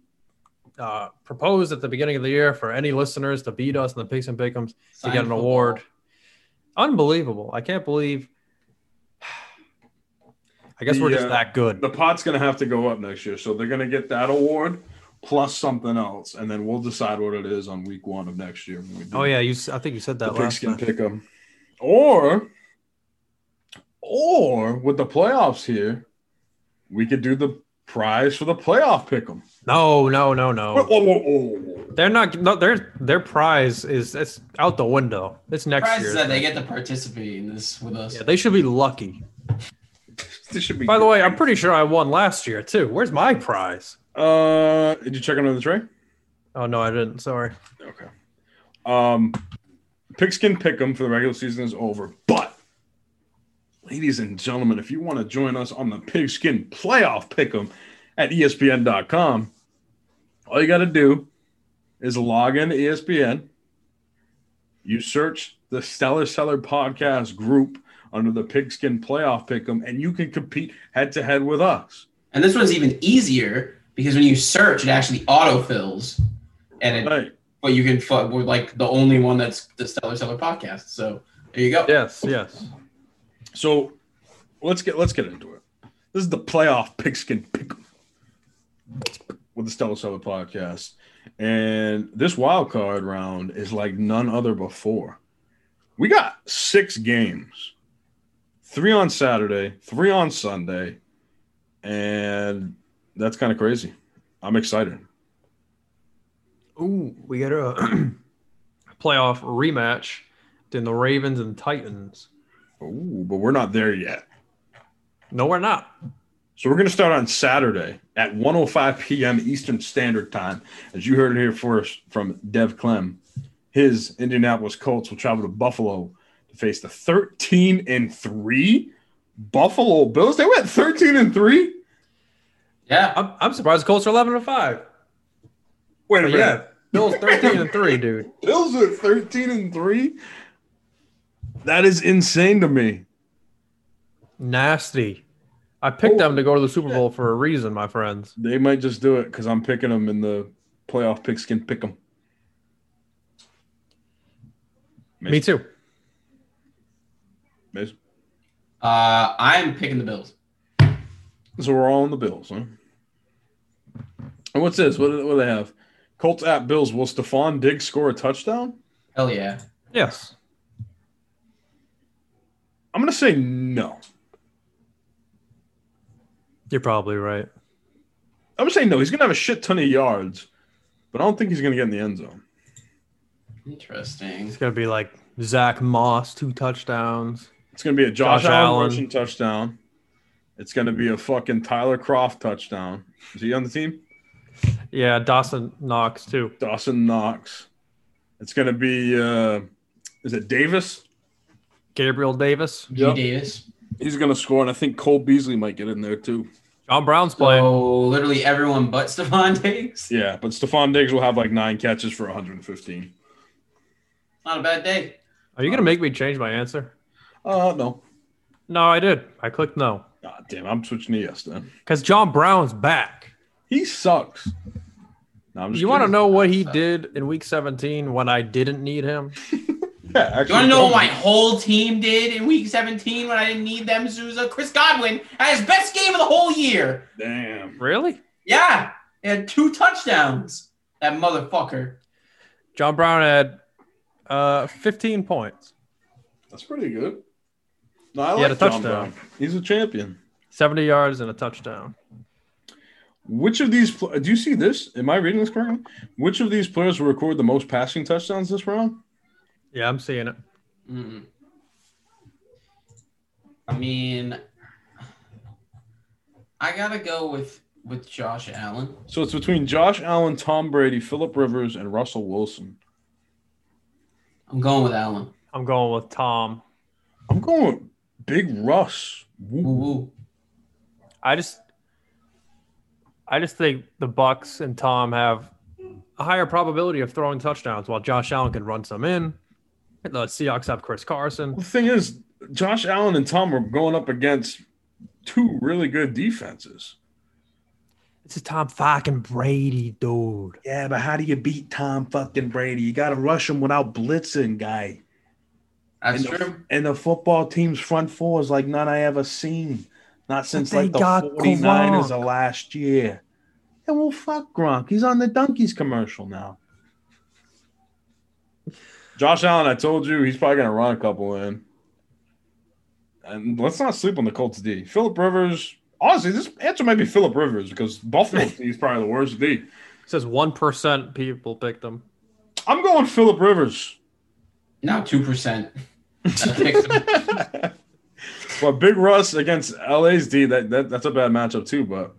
Speaker 4: uh, proposed at the beginning of the year for any listeners to beat us in the Pigs and Pickums to
Speaker 1: Signed
Speaker 4: get an
Speaker 1: football.
Speaker 4: award. Unbelievable. I can't believe. I guess we're
Speaker 2: The,
Speaker 4: just
Speaker 2: uh,
Speaker 4: that good.
Speaker 2: The pot's going to have to go up next year. So they're going to get that award plus something else. And then we'll decide what it is on week one of next year. When we do
Speaker 4: Oh, yeah. you. s- I think you said
Speaker 2: the
Speaker 4: that last
Speaker 2: pigskin
Speaker 4: time.
Speaker 2: pick 'em. Or, or with the playoffs here, we could do the prize for the playoff pick 'em.
Speaker 4: No, no, no, no.
Speaker 2: Whoa, whoa, whoa, whoa.
Speaker 4: They're not. No, their their prize is it's out the window. It's next
Speaker 1: Surprised
Speaker 4: year.
Speaker 1: that they get to participate in this with us.
Speaker 4: yeah, they should be lucky.
Speaker 2: This should be.
Speaker 4: By the way, I'm pretty sure I won last year too. Where's my prize?
Speaker 2: Uh, did you check under the tray?
Speaker 4: Oh no, I didn't. Sorry.
Speaker 2: Okay. Um, pigskin pick 'em for the regular season is over, but. Ladies and gentlemen, if you want to join us on the Pigskin Playoff Pick'em at E ESPN.com, all you got to do is log into E ESPN. You search the Stellar Seller Podcast group under the Pigskin Playoff Pick'em, and you can compete head to head with us.
Speaker 1: And this one's even easier because when you search, it actually autofills, and it. But you can fuck. We're like the only one that's the Stellar Seller podcast. So there you go.
Speaker 4: Yes, yes.
Speaker 2: So let's get let's get into it. This is the playoff pigskin pick with the Stellar Seller podcast. And this wild card round is like none other before. We got six games. Three on Saturday, three on Sunday, and that's kind of crazy. I'm excited.
Speaker 4: Ooh, we got a playoff rematch between the Ravens and Titans.
Speaker 2: Ooh, but we're not there yet.
Speaker 4: No, we're not.
Speaker 2: So we're going to start on Saturday at 1:05 p.m. Eastern Standard Time. As you heard it here first from Dev Clem, his Indianapolis Colts will travel to Buffalo to face the 13 and three Buffalo Bills. They went 13 and three.
Speaker 1: Yeah,
Speaker 4: I'm, I'm surprised the Colts are 11 and five.
Speaker 2: Wait a minute.
Speaker 4: Yeah, Bills 13 and three, dude.
Speaker 2: Bills are 13 and three. That is insane to me.
Speaker 4: Nasty. I picked them to go to the Super Bowl for a reason, my friends.
Speaker 2: They might just do it because I'm picking them in the playoff picks can pick them.
Speaker 4: Me too.
Speaker 1: Uh, I'm picking the Bills.
Speaker 2: So we're all on the Bills, huh? And what's this? What, do- what do they have? Colts at Bills. Will Stephon Diggs score a touchdown?
Speaker 1: Hell yeah.
Speaker 4: Yes.
Speaker 2: I'm going to say no.
Speaker 4: You're probably right.
Speaker 2: I'm going to say no. He's going to have a shit ton of yards, but I don't think he's going to get in the end zone.
Speaker 1: Interesting.
Speaker 4: It's gonna be like Zach Moss, two touchdowns.
Speaker 2: It's going to be a Josh,
Speaker 4: Josh
Speaker 2: Allen
Speaker 4: Allen.
Speaker 2: rushing touchdown. It's going to be a fucking Tyler Croft touchdown. Is he on the team?
Speaker 4: Yeah, Dawson Knox too.
Speaker 2: Dawson Knox. It's going to be, uh, is it Davis?
Speaker 4: Gabriel Davis.
Speaker 1: G Davis.
Speaker 2: He's going to score, and I think Cole Beasley might get in there too.
Speaker 4: John Brown's playing.
Speaker 1: So literally everyone but Stephon Diggs.
Speaker 2: Yeah, but Stephon Diggs will have like nine catches for 115.
Speaker 1: Not a bad day.
Speaker 4: Are you gonna make me change my answer?
Speaker 2: Uh, no.
Speaker 4: No, I did. I clicked no
Speaker 2: God damn, I'm switching to yes then.
Speaker 4: because John Brown's back.
Speaker 2: He sucks. No, I'm just
Speaker 4: You want to
Speaker 2: kidding.
Speaker 4: know what he did in Week 17 when I didn't need him?
Speaker 2: Yeah,
Speaker 1: You
Speaker 2: actually, oh
Speaker 1: want to know what my whole team did in Week 17 when I didn't need them? Zuza, Chris Godwin had his best game of the whole year.
Speaker 2: Damn.
Speaker 4: Really?
Speaker 1: Yeah, he had two touchdowns. That motherfucker.
Speaker 4: John Brown had uh, 15 points,
Speaker 2: That's pretty good. No, I
Speaker 4: He
Speaker 2: like
Speaker 4: had
Speaker 2: John
Speaker 4: a touchdown.
Speaker 2: Brown. He's a champion.
Speaker 4: 70 yards, and a touchdown.
Speaker 2: Which of these pl- do you see this? Am I reading this correctly? Which of these players will record the most passing touchdowns this round?
Speaker 4: Yeah, I'm seeing it.
Speaker 1: Mm. I mean, I gotta go with with Josh Allen.
Speaker 2: So it's between Josh Allen, Tom Brady, Philip Rivers, and Russell Wilson.
Speaker 1: I'm going with Allen.
Speaker 4: I'm going with Tom.
Speaker 2: I'm going with Big Russ.
Speaker 1: Woo
Speaker 2: Woo.
Speaker 1: woo.
Speaker 4: I just, I just think the Bucks and Tom have a higher probability of throwing touchdowns, while Josh Allen can run some in. The Seahawks have Chris Carson.
Speaker 2: The thing is, Josh Allen and Tom are going up against two really good defenses.
Speaker 4: This is Tom fucking Brady, dude.
Speaker 2: Yeah, but how do you beat Tom fucking Brady? You got to rush him without blitzing, guy.
Speaker 1: That's
Speaker 2: and
Speaker 1: true.
Speaker 2: The, and the football team's front four is like none I ever seen. Not since
Speaker 4: they
Speaker 2: like the
Speaker 4: got
Speaker 2: 49ers
Speaker 4: Gronk.
Speaker 2: of last year. And well, fuck Gronk. He's on the Donkeys commercial now. Josh Allen, I told you he's probably going to run a couple in. And let's not sleep on the Colts D. Philip Rivers. Honestly, this answer might be Philip Rivers because Buffalo D is probably the worst D.
Speaker 4: It says one percent people picked them.
Speaker 2: I'm going Philip Rivers.
Speaker 1: Now two percent. That's
Speaker 2: Well, Big Russ against LA's D, that, that that's a bad matchup too. But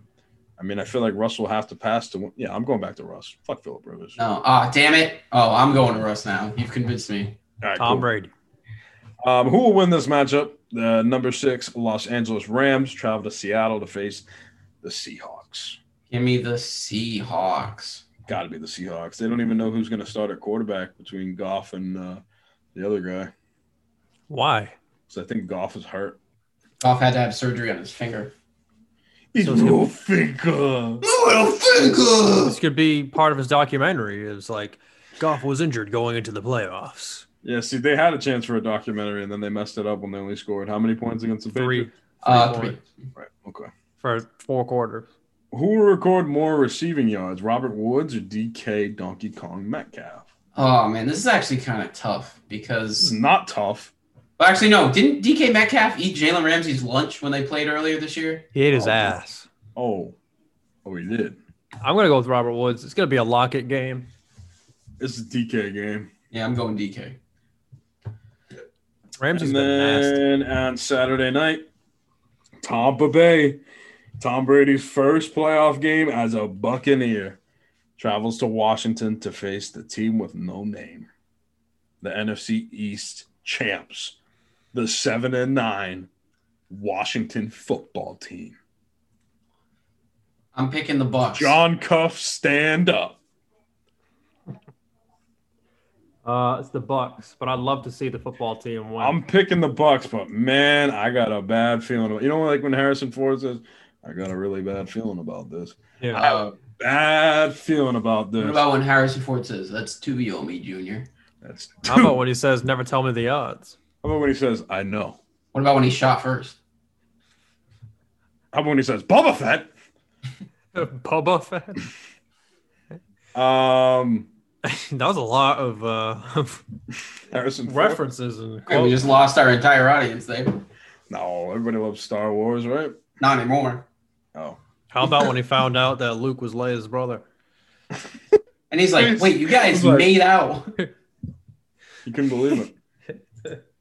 Speaker 2: I mean, I feel like Russ will have to pass to. win. Yeah, I'm going back to Russ. Fuck Philip Rivers.
Speaker 1: No. Ah, damn it. Oh, I'm going to Russ now. You've convinced me.
Speaker 2: All right,
Speaker 4: Tom
Speaker 2: cool.
Speaker 4: Brady.
Speaker 2: Um, who will win this matchup? The number six Los Angeles Rams travel to Seattle to face the Seahawks.
Speaker 1: Give me the Seahawks.
Speaker 2: Got to be the Seahawks. They don't even know who's going to start at quarterback between Goff and uh, the other guy.
Speaker 4: Why?
Speaker 2: So I think Goff is hurt.
Speaker 1: Goff had to have surgery on his finger.
Speaker 2: He's
Speaker 4: So it's gonna-
Speaker 2: no finger.
Speaker 4: This could be part of his documentary. Is like Goff was injured going into the playoffs.
Speaker 2: Yeah, see, they had a chance for a documentary and then they messed it up when they only scored how many points against the Patriots?
Speaker 4: Three
Speaker 1: Uh, three.
Speaker 2: Right. Okay.
Speaker 4: for four quarters.
Speaker 2: Who will record more receiving yards, Robert Woods or DK Donkey Kong Metcalf?
Speaker 1: Oh man, this is actually kind of tough
Speaker 2: This
Speaker 1: because
Speaker 2: is not tough.
Speaker 1: well, actually no, didn't DK Metcalf eat Jalen
Speaker 4: Oh,
Speaker 1: Ramsey's lunch when they played earlier this year?
Speaker 4: He ate his
Speaker 2: Oh, man.
Speaker 4: ass.
Speaker 2: Oh, oh, he did.
Speaker 4: I'm gonna go with Robert Woods. It's gonna be a Lockett game.
Speaker 2: It's a DK game.
Speaker 1: Yeah, I'm going DK.
Speaker 4: Ramsey's
Speaker 2: and
Speaker 4: been nasty.
Speaker 2: then on Saturday night, Tampa Bay, Tom Brady's first playoff game as a Buccaneer, travels to Washington to face the team with no name, the NFC East champs, the seven and nine Washington football team.
Speaker 1: I'm picking the Bucks.
Speaker 2: John Cuff, stand up.
Speaker 4: Uh, it's the Bucks, but I'd love to see the football team win.
Speaker 2: I'm picking the Bucks, but man, I got a bad feeling. About, you know, like when Harrison Ford says, "I got a really bad feeling about this."
Speaker 4: Yeah.
Speaker 2: I have a bad feeling about this.
Speaker 1: What Uh, about when Harrison Ford says, "That's two Yomi Junior"?
Speaker 2: That's
Speaker 4: How about when he says, "Never tell me the odds"?
Speaker 2: How about when he says, "I know"?
Speaker 1: What about when he shot first?
Speaker 2: How about when he says, "Boba Fett"?
Speaker 4: Boba Fett.
Speaker 2: Um,
Speaker 4: that was a lot of uh,
Speaker 2: Harrison Ford.
Speaker 4: references and
Speaker 1: Okay, we just lost our entire audience there.
Speaker 2: No, everybody loves Star Wars, right?
Speaker 1: Not anymore.
Speaker 2: Oh,
Speaker 4: How about when he found out that Luke was Leia's brother?
Speaker 1: And he's like, "Wait, you guys
Speaker 2: He's like-
Speaker 1: made out."
Speaker 2: you couldn't believe it.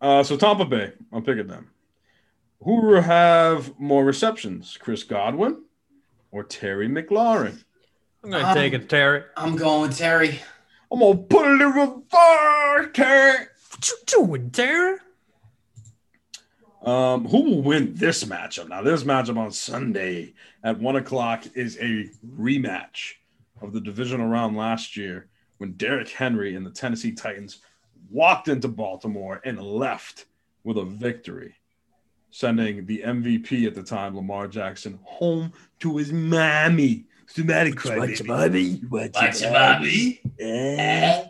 Speaker 2: Uh, so Tampa Bay, I'm picking them. Who will have more receptions, Chris Godwin or Terry McLaurin?
Speaker 4: I'm
Speaker 1: gonna Um, take
Speaker 4: it, Terry.
Speaker 1: I'm going with Terry.
Speaker 2: I'm gonna put it in reverse, Terry.
Speaker 4: What you doing, Terry?
Speaker 2: Um, who will win this matchup? Now, this matchup on Sunday at one o'clock is a rematch of the divisional round last year when Derrick Henry and the Tennessee Titans walked into Baltimore and left with a victory, sending the MVP at the time, Lamar Jackson, home to his mommy. What's the matter, crybaby? What's
Speaker 1: What's
Speaker 2: your
Speaker 1: your
Speaker 2: mommy?
Speaker 1: mommy?
Speaker 2: Eh?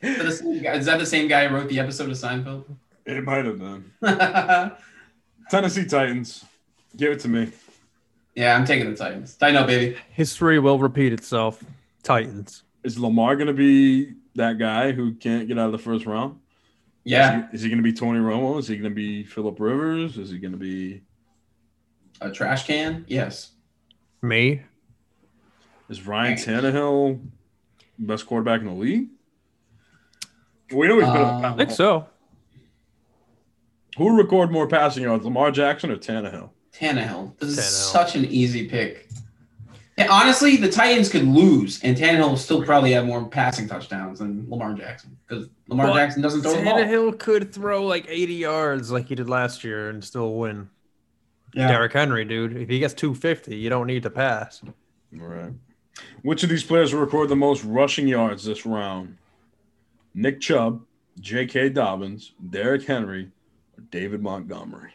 Speaker 1: Is that the same guy- is that the same guy who wrote the episode of Seinfeld?
Speaker 2: It might have been. Tennessee Titans. Give it to me.
Speaker 1: Yeah, I'm taking the Titans. Tighten up, baby.
Speaker 4: History will repeat itself. Titans.
Speaker 2: Is Lamar going to be that guy who can't get out of the first round?
Speaker 1: Yeah,
Speaker 2: Is he, going to be Tony Romo? Is he going to be Philip Rivers? Is he going to be
Speaker 1: a trash can. Yes.
Speaker 4: Me?
Speaker 2: is Ryan Tannehill best quarterback in the league? We know he's better than
Speaker 1: Uh,
Speaker 4: I
Speaker 2: Pat
Speaker 4: think
Speaker 2: Mahomes.
Speaker 4: so.
Speaker 2: Who will record more passing yards, Lamar Jackson or Tannehill?
Speaker 1: Tannehill. This is
Speaker 4: Tannehill.
Speaker 1: such an easy pick. And honestly, the Titans could lose, and Tannehill will still probably have more passing touchdowns than Lamar Jackson because Lamar
Speaker 4: But
Speaker 1: Jackson doesn't throw the ball.
Speaker 4: Tannehill could throw like 80 yards like he did last year and still win.
Speaker 1: Yeah.
Speaker 4: Derrick Henry, dude. If he gets 250, you don't need to pass.
Speaker 2: Right. Which of these players will record the most rushing yards this round? Nick Chubb, J.K. Dobbins, Derrick Henry, or David Montgomery?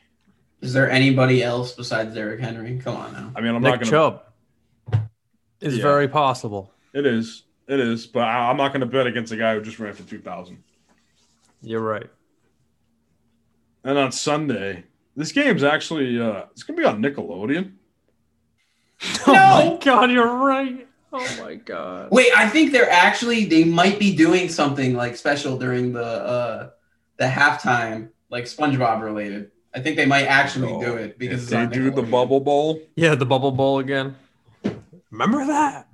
Speaker 1: Is there anybody else besides Derrick Henry? Come on now.
Speaker 2: I mean, I'm
Speaker 4: Nick
Speaker 2: not going to
Speaker 4: Chubb is
Speaker 2: Yeah.
Speaker 4: very possible.
Speaker 2: It is. It is. But I, I'm not going to bet against a guy who just ran for 2,000.
Speaker 4: You're right.
Speaker 2: And on Sunday, this game's actually uh, it's going to be on Nickelodeon.
Speaker 4: Oh my god, you're right. Oh my god.
Speaker 1: Wait, I think they're actually they might be doing something like special during the uh the halftime, like SpongeBob related. I think they might actually
Speaker 2: Oh,
Speaker 1: do it because
Speaker 2: If
Speaker 1: it's
Speaker 2: they
Speaker 1: on
Speaker 2: do the
Speaker 1: Nickelodeon.
Speaker 2: Bubble Bowl.
Speaker 4: Yeah, the bubble bowl again. Remember that?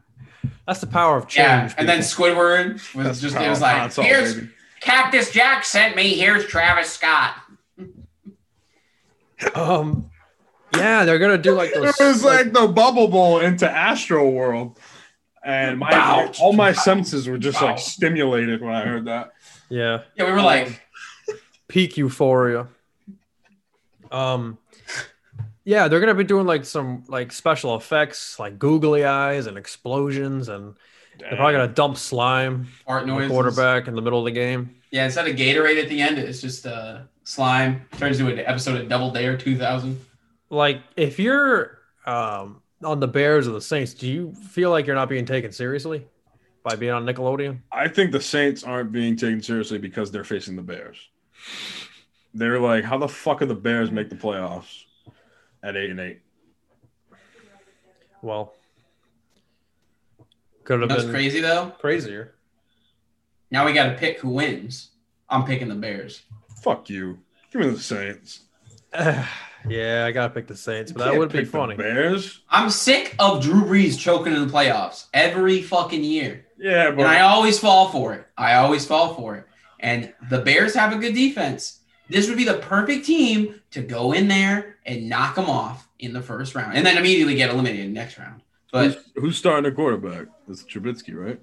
Speaker 4: That's the power of change.
Speaker 1: Yeah, and then
Speaker 4: people.
Speaker 1: Squidward was
Speaker 2: that's
Speaker 1: just
Speaker 2: how
Speaker 1: it was
Speaker 2: hot
Speaker 1: like
Speaker 2: it's all,
Speaker 1: here's
Speaker 2: baby.
Speaker 1: Cactus Jack sent me. Here's Travis Scott.
Speaker 4: um yeah, they're gonna do like
Speaker 2: It
Speaker 4: those
Speaker 2: was like the Bubble Bowl into Astro World. And my
Speaker 1: Ouch.
Speaker 2: all my senses were just like
Speaker 1: Ouch.
Speaker 2: stimulated when I heard that.
Speaker 4: yeah,
Speaker 1: Yeah, we were like,
Speaker 4: peak euphoria. Um yeah, they're gonna be doing like some like special effects, like googly eyes and explosions, and they're probably gonna dump slime
Speaker 1: fart
Speaker 4: on the
Speaker 1: noises.
Speaker 4: quarterback in the middle of the game.
Speaker 1: Yeah, instead of Gatorade at the end, it's just uh, slime. Turns into an episode of Double Dare 2000.
Speaker 4: Like if you're um on the Bears or the Saints, do you feel like you're not being taken seriously by being on Nickelodeon?
Speaker 2: I think the Saints aren't being taken seriously because they're facing the Bears. They're like, how the fuck are the Bears make the playoffs at eight and eight?
Speaker 4: Well, could
Speaker 1: You
Speaker 4: have
Speaker 1: know what's
Speaker 4: been
Speaker 1: crazy though?
Speaker 4: crazier.
Speaker 1: Now we got to pick who wins. I'm picking the Bears.
Speaker 2: Fuck you. Give me the Saints.
Speaker 4: yeah, I gotta pick the Saints, but
Speaker 1: can't
Speaker 4: that would be
Speaker 1: pick the
Speaker 4: funny.
Speaker 2: Bears.
Speaker 1: I'm sick of Drew Brees choking in the playoffs every fucking year.
Speaker 2: Yeah,
Speaker 1: And I always fall for it. I always fall for it. And the Bears have a good defense. This would be the perfect team to go in there and knock them off in the first round and then immediately get eliminated next round. But
Speaker 2: who's, who's starting a quarterback? It's Trubisky, right?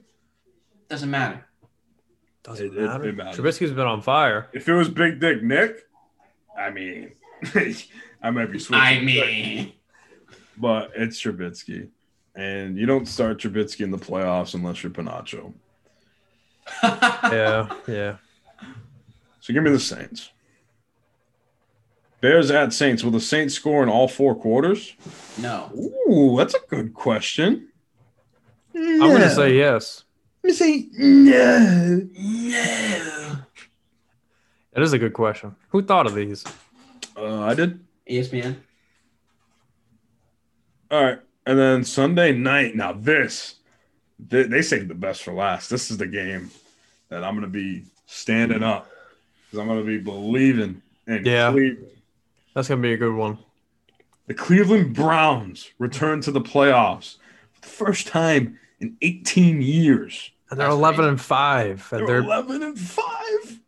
Speaker 1: doesn't matter.
Speaker 4: Doesn't
Speaker 2: It- it-
Speaker 4: matter.
Speaker 2: it matters.
Speaker 4: Trubisky's been on fire.
Speaker 2: If it was Big Dick Nick, I mean, I might be switching.
Speaker 1: I mean,
Speaker 2: but it's Trubisky, and you don't start Trubisky in the playoffs unless you're Panacho.
Speaker 4: yeah, yeah.
Speaker 2: So give me the Saints. Bears at Saints. Will the Saints score in all four quarters?
Speaker 1: No.
Speaker 2: Ooh, that's a good question.
Speaker 4: I'm gonna say yes.
Speaker 2: Let me say no.
Speaker 4: That is a good question. Who thought of these?
Speaker 2: Uh, I did.
Speaker 1: ESPN.
Speaker 2: All right. And then Sunday night. Now, this, they, they saved the best for last. This is the game that I'm going to be standing up because I'm going to be believing in
Speaker 4: Yeah.
Speaker 2: Cleveland.
Speaker 4: That's gonna be a good one.
Speaker 2: The Cleveland Browns return to the playoffs for the first time in 18 years.
Speaker 4: And they're eleven and five, and
Speaker 2: They're
Speaker 4: they're
Speaker 2: 11 and 5.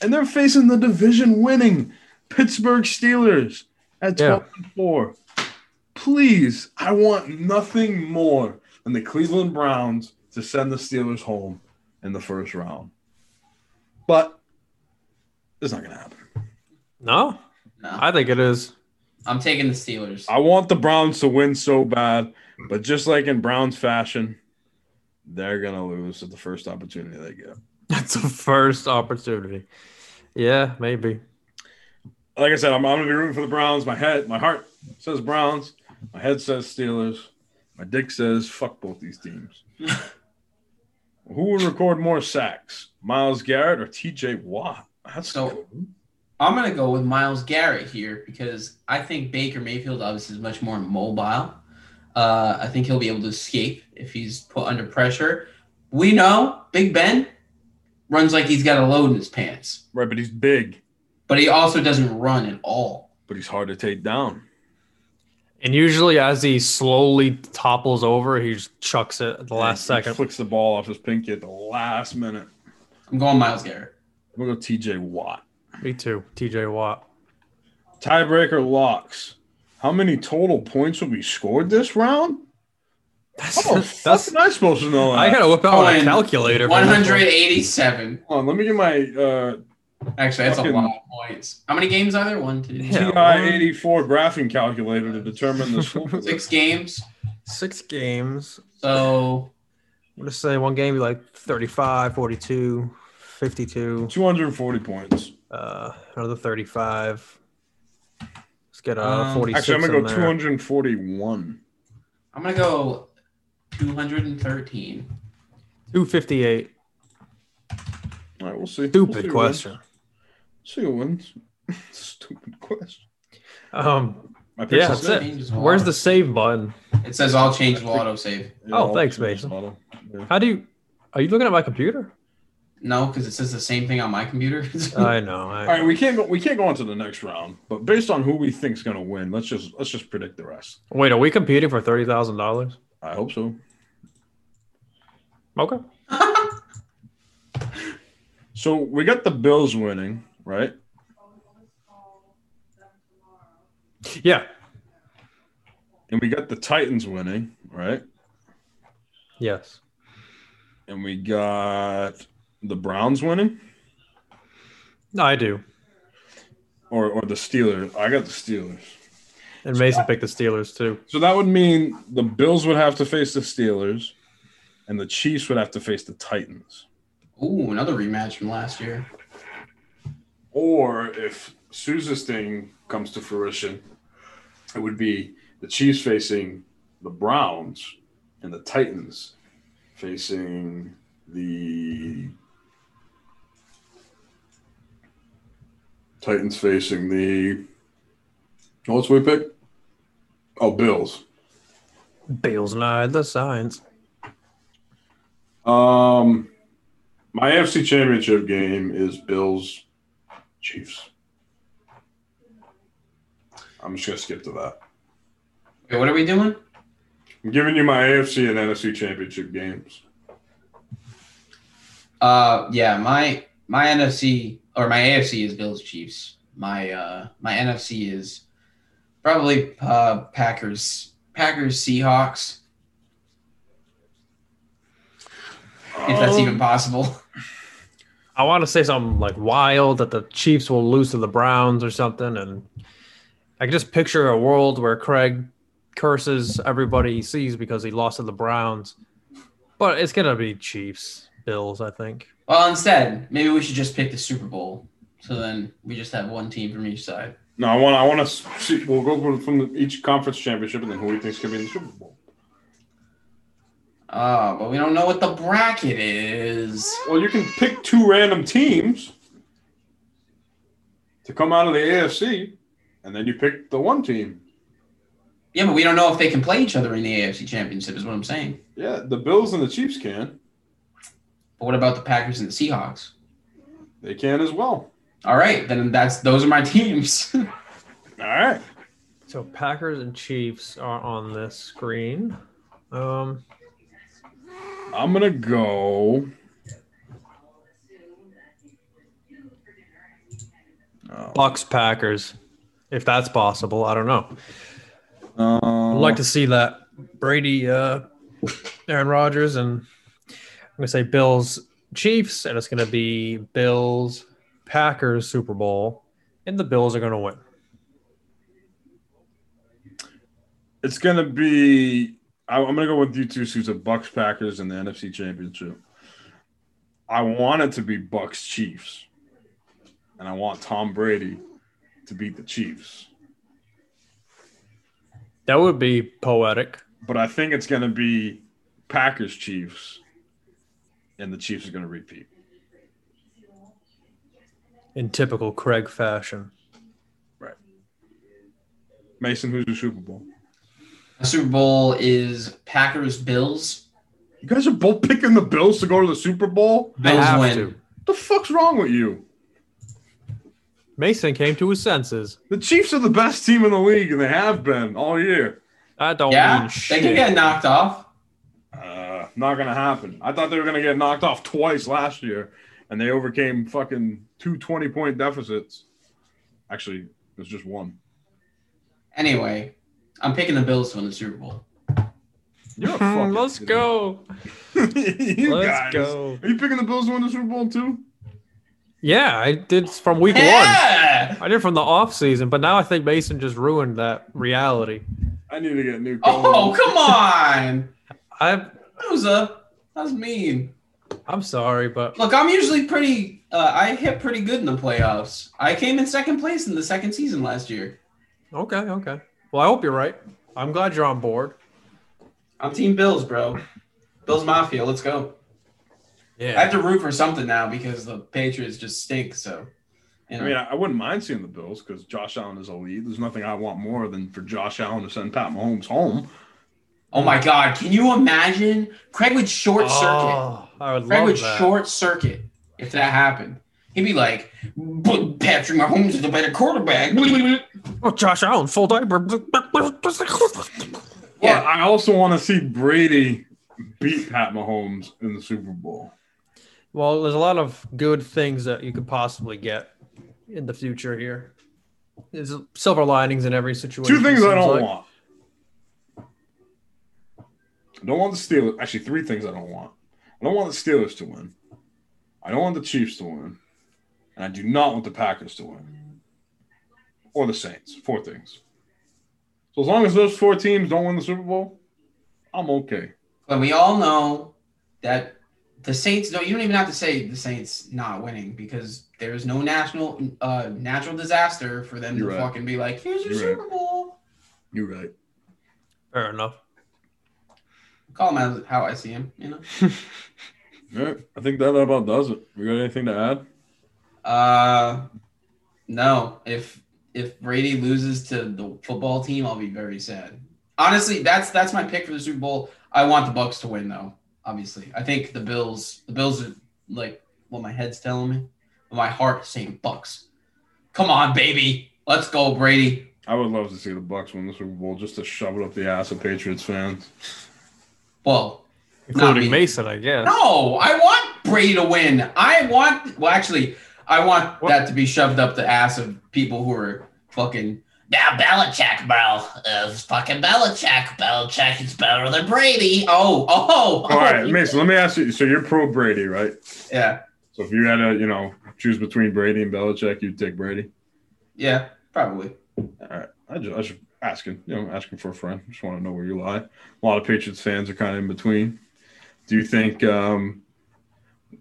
Speaker 2: And they're facing the division winning Pittsburgh Steelers at
Speaker 4: Yeah.
Speaker 2: 12 and 4. Please, I want nothing more than the Cleveland Browns to send the Steelers home in the first round. But it's not going to happen.
Speaker 4: no. I think it is.
Speaker 1: I'm taking the Steelers.
Speaker 2: I want the Browns to win so bad, but just like in Browns fashion, they're going to lose at the first opportunity they get.
Speaker 4: That's the first opportunity. Yeah, maybe.
Speaker 2: like I said, I'm, I'm gonna be rooting for the Browns. My head, my heart says Browns. My head says Steelers. My dick says fuck both these teams. Who would record more sacks, Miles Garrett or T.J. Watt? That's
Speaker 1: So I'm going to go with Miles Garrett here because I think Baker Mayfield obviously is much more mobile. Uh, I think he'll be able to escape if he's put under pressure. We know Big Ben runs like he's got a load in his pants,
Speaker 2: right, but he's big,
Speaker 1: but he also doesn't run at all.
Speaker 2: but he's hard to take down.
Speaker 4: And usually, as he slowly topples over, he just chucks it at the last
Speaker 2: He
Speaker 4: second.
Speaker 2: flicks the ball off his pinky at the last minute.
Speaker 1: I'm going Miles Garrett.
Speaker 2: We'll go T.J. Watt.
Speaker 4: Me too. TJ Watt.
Speaker 2: Tiebreaker locks. How many total points will be scored this round? How the fuck am I supposed to know?
Speaker 4: I
Speaker 2: that?
Speaker 4: gotta whip out my
Speaker 1: Cohen,
Speaker 4: calculator. for this one.
Speaker 1: 187.
Speaker 2: Hold on, let me get my uh,
Speaker 1: Actually, that's a
Speaker 2: Fucking-
Speaker 1: lot of points. How many games are there? One, two, three,
Speaker 4: Yeah,
Speaker 2: TI eighty four graphing calculator to determine the score.
Speaker 1: six games.
Speaker 4: Six games.
Speaker 1: So
Speaker 4: I'm gonna say one game be like 35, 42, 52,
Speaker 2: Two hundred and forty points.
Speaker 4: uh, another 35. Let's get a
Speaker 1: Um,
Speaker 4: 46.
Speaker 2: Actually, I'm gonna
Speaker 4: in
Speaker 2: go two
Speaker 4: there.
Speaker 2: hundred and forty one.
Speaker 1: I'm going to go 213.
Speaker 4: 258.
Speaker 2: All right, we'll see. We'll see
Speaker 4: Stupid
Speaker 2: who
Speaker 4: question.
Speaker 2: wins. See who wins. Stupid question.
Speaker 4: Um,
Speaker 2: My
Speaker 4: yeah,
Speaker 2: picks
Speaker 4: that's
Speaker 2: is
Speaker 1: it.
Speaker 4: it.
Speaker 1: Changes
Speaker 4: Where's
Speaker 1: water.
Speaker 4: the save button?
Speaker 1: It says all change will auto save.
Speaker 2: Yeah,
Speaker 4: Oh,
Speaker 2: I'll
Speaker 4: thanks,
Speaker 2: choose
Speaker 4: Mason.
Speaker 2: Otto. Yeah.
Speaker 4: How do you? Are you looking at my computer?
Speaker 1: No, because it says the same thing on my computer.
Speaker 4: I know. I,
Speaker 2: All right, we can't go. We can't go on to the next round. But based on who we think's gonna win, let's just let's just predict the rest.
Speaker 4: Wait, are we competing for thirty thousand dollars?
Speaker 2: I hope so.
Speaker 4: Okay.
Speaker 2: So we got the Bills winning, right?
Speaker 4: Yeah.
Speaker 2: And we got the Titans winning, right?
Speaker 4: Yes.
Speaker 2: And we got the Browns winning.
Speaker 4: I do.
Speaker 2: or or the Steelers. I got the Steelers.
Speaker 4: And Mason picked the Steelers too.
Speaker 2: So that would mean the Bills would have to face the Steelers, and the Chiefs would have to face the Titans.
Speaker 1: Ooh, another rematch from last year.
Speaker 2: Or if Sousa's thing comes to fruition, it would be the Chiefs facing the Browns and the Titans facing the Titans facing the what's we pick? Oh, Bills.
Speaker 4: Bale's not the signs.
Speaker 2: Um, my AFC Championship game is Bills Chiefs. I'm just gonna skip to that.
Speaker 1: Wait, what are we doing?
Speaker 2: I'm giving you my AFC and NFC championship games.
Speaker 1: Uh, yeah, my my NFC or my AFC is Bills Chiefs. My uh my NFC is probably uh Packers Packers Seahawks. If that's
Speaker 4: Um,
Speaker 1: even possible.
Speaker 4: I want to say something like wild that the Chiefs will lose to the Browns or something, and I can just picture a world where Craig curses everybody he sees because he lost to the Browns. But it's gonna be Chiefs, Bills, I think.
Speaker 1: Well, instead, maybe we should just pick the Super Bowl. So then we just have one team from each side.
Speaker 2: No, I want. I want to see. We'll go from, from the, each conference championship, and then who do you think's gonna be in the Super Bowl?
Speaker 1: Oh, but we don't know what the bracket is.
Speaker 2: Well, you can pick two random teams to come out of the AFC, and then you pick the one team.
Speaker 1: Yeah, but we don't know if they can play each other in the AFC Championship. Is what I'm saying.
Speaker 2: Yeah, the Bills and the Chiefs can.
Speaker 1: But what about the Packers and the Seahawks?
Speaker 2: They can as well.
Speaker 1: All right, then that's those are my teams. All
Speaker 2: right.
Speaker 4: So Packers and Chiefs are on this screen. Um,
Speaker 2: I'm gonna go.
Speaker 4: Bucks Packers, if that's possible. I don't know.
Speaker 2: I'd
Speaker 4: like to see that Brady, uh, Aaron Rodgers, and I'm gonna say Bills Chiefs, and it's gonna be Bills Packers Super Bowl, and the Bills are gonna win.
Speaker 2: It's gonna be. I, I'm gonna go with you two, Susa. Bucks Packers in the NFC Championship. I want it to be Bucks Chiefs, and I want Tom Brady to beat the Chiefs.
Speaker 4: That would be poetic.
Speaker 2: But I think it's gonna be Packers Chiefs, and the Chiefs are gonna repeat.
Speaker 4: in typical Craig fashion.
Speaker 2: Mason, who's your Super Bowl?
Speaker 1: The Super Bowl is Packers Bills.
Speaker 2: You guys are both picking the Bills to go to the Super Bowl.
Speaker 1: Bills
Speaker 4: have
Speaker 1: win.
Speaker 4: to.
Speaker 2: The fuck's wrong with you?
Speaker 4: Mason came to his senses.
Speaker 2: The Chiefs are the best team in the league, and they have been all year.
Speaker 4: I don't
Speaker 1: Yeah, mean they
Speaker 2: shit.
Speaker 1: shit. can get knocked off.
Speaker 2: Uh, not gonna happen. I thought they were gonna get knocked off twice last year, and they overcame fucking two 20 point deficits. Actually, it was just one.
Speaker 1: Anyway, I'm picking the Bills to win the Super Bowl.
Speaker 2: You're a fucking
Speaker 4: Hmm, Let's go.
Speaker 2: you
Speaker 4: Let's
Speaker 2: guys.
Speaker 4: go.
Speaker 2: Are you picking the Bills to win the Super Bowl too?
Speaker 4: Yeah, I did from week
Speaker 1: Yeah!
Speaker 4: one. I did from the off season, but now I think Mason just ruined that reality.
Speaker 2: I need to get new.
Speaker 1: Oh, come on.
Speaker 4: I
Speaker 1: Rosa, that's mean.
Speaker 4: I'm sorry, but
Speaker 1: Look, I'm usually pretty, uh, I hit pretty good in the playoffs. I came in second place in the second season last year.
Speaker 4: okay, okay. Well, I hope you're right. I'm glad you're on board.
Speaker 1: I'm Team Bills, bro. Bills Mafia, let's go.
Speaker 4: Yeah.
Speaker 1: I have to root for something now because the Patriots just stink. So, you know.
Speaker 2: I mean, I I wouldn't mind seeing the Bills because Josh Allen is a lead. There's nothing I want more than for Josh Allen to send Pat Mahomes home.
Speaker 1: oh my God, can you imagine? Craig would short circuit.
Speaker 4: Oh, I would
Speaker 1: Craig
Speaker 4: love
Speaker 1: would
Speaker 4: that.
Speaker 1: short circuit if that happened. He'd be like, but Patrick Mahomes is a better quarterback.
Speaker 4: Oh, Josh Allen, full diaper.
Speaker 2: Yeah, I also want to see Brady beat Pat Mahomes in the Super Bowl.
Speaker 4: Well, there's a lot of good things that you could possibly get in the future here. There's silver linings in every situation.
Speaker 2: Two things I
Speaker 4: seems
Speaker 2: don't
Speaker 4: like.
Speaker 2: want. I don't want the Steelers. Actually, three things I don't want. I don't want the Steelers to win. I don't want the Chiefs to win. And I do not want the Packers to win. Or the Saints. Four things. So as long as those four teams don't win the Super Bowl, I'm okay.
Speaker 1: But we all know that the Saints. No, you don't even have to say the Saints not winning because there is no national uh, natural disaster for them
Speaker 2: You're
Speaker 1: to
Speaker 2: right.
Speaker 1: fucking be like, here's your
Speaker 2: You're right.
Speaker 1: Super Bowl.
Speaker 2: You're right.
Speaker 4: Fair enough.
Speaker 1: Call him as how I see him. You know.
Speaker 2: All right. I think that about does it. We got anything to add?
Speaker 1: Uh, no. If if Brady loses to the football team, I'll be very sad. Honestly, that's that's my pick for the Super Bowl. I want the Bucks to win, though. Obviously, I think the Bills. The Bills are like what my head's telling me. My heart is saying Bucks. Come on, baby. Let's go, Brady.
Speaker 2: I would love to see the Bucks win the Super Bowl just to shove it up the ass of Patriots fans.
Speaker 1: Well,
Speaker 4: including Mason, I guess.
Speaker 1: No, I want Brady to win. I want. Well, actually, I want that to be shoved up the ass of people who are fucking.
Speaker 18: Now Belichick, bro, is fucking Belichick. Belichick is better than Brady.
Speaker 1: Oh, oh,
Speaker 2: All right, Mason. Let me ask you. So you're pro Brady, right?
Speaker 1: Yeah.
Speaker 2: So if you had to, you know, choose between Brady and Belichick, you'd take Brady.
Speaker 1: Yeah, probably.
Speaker 2: All right. I just, I just asking, you know, asking for a friend. Just want to know where you lie. A lot of Patriots fans are kind of in between. Do you think um,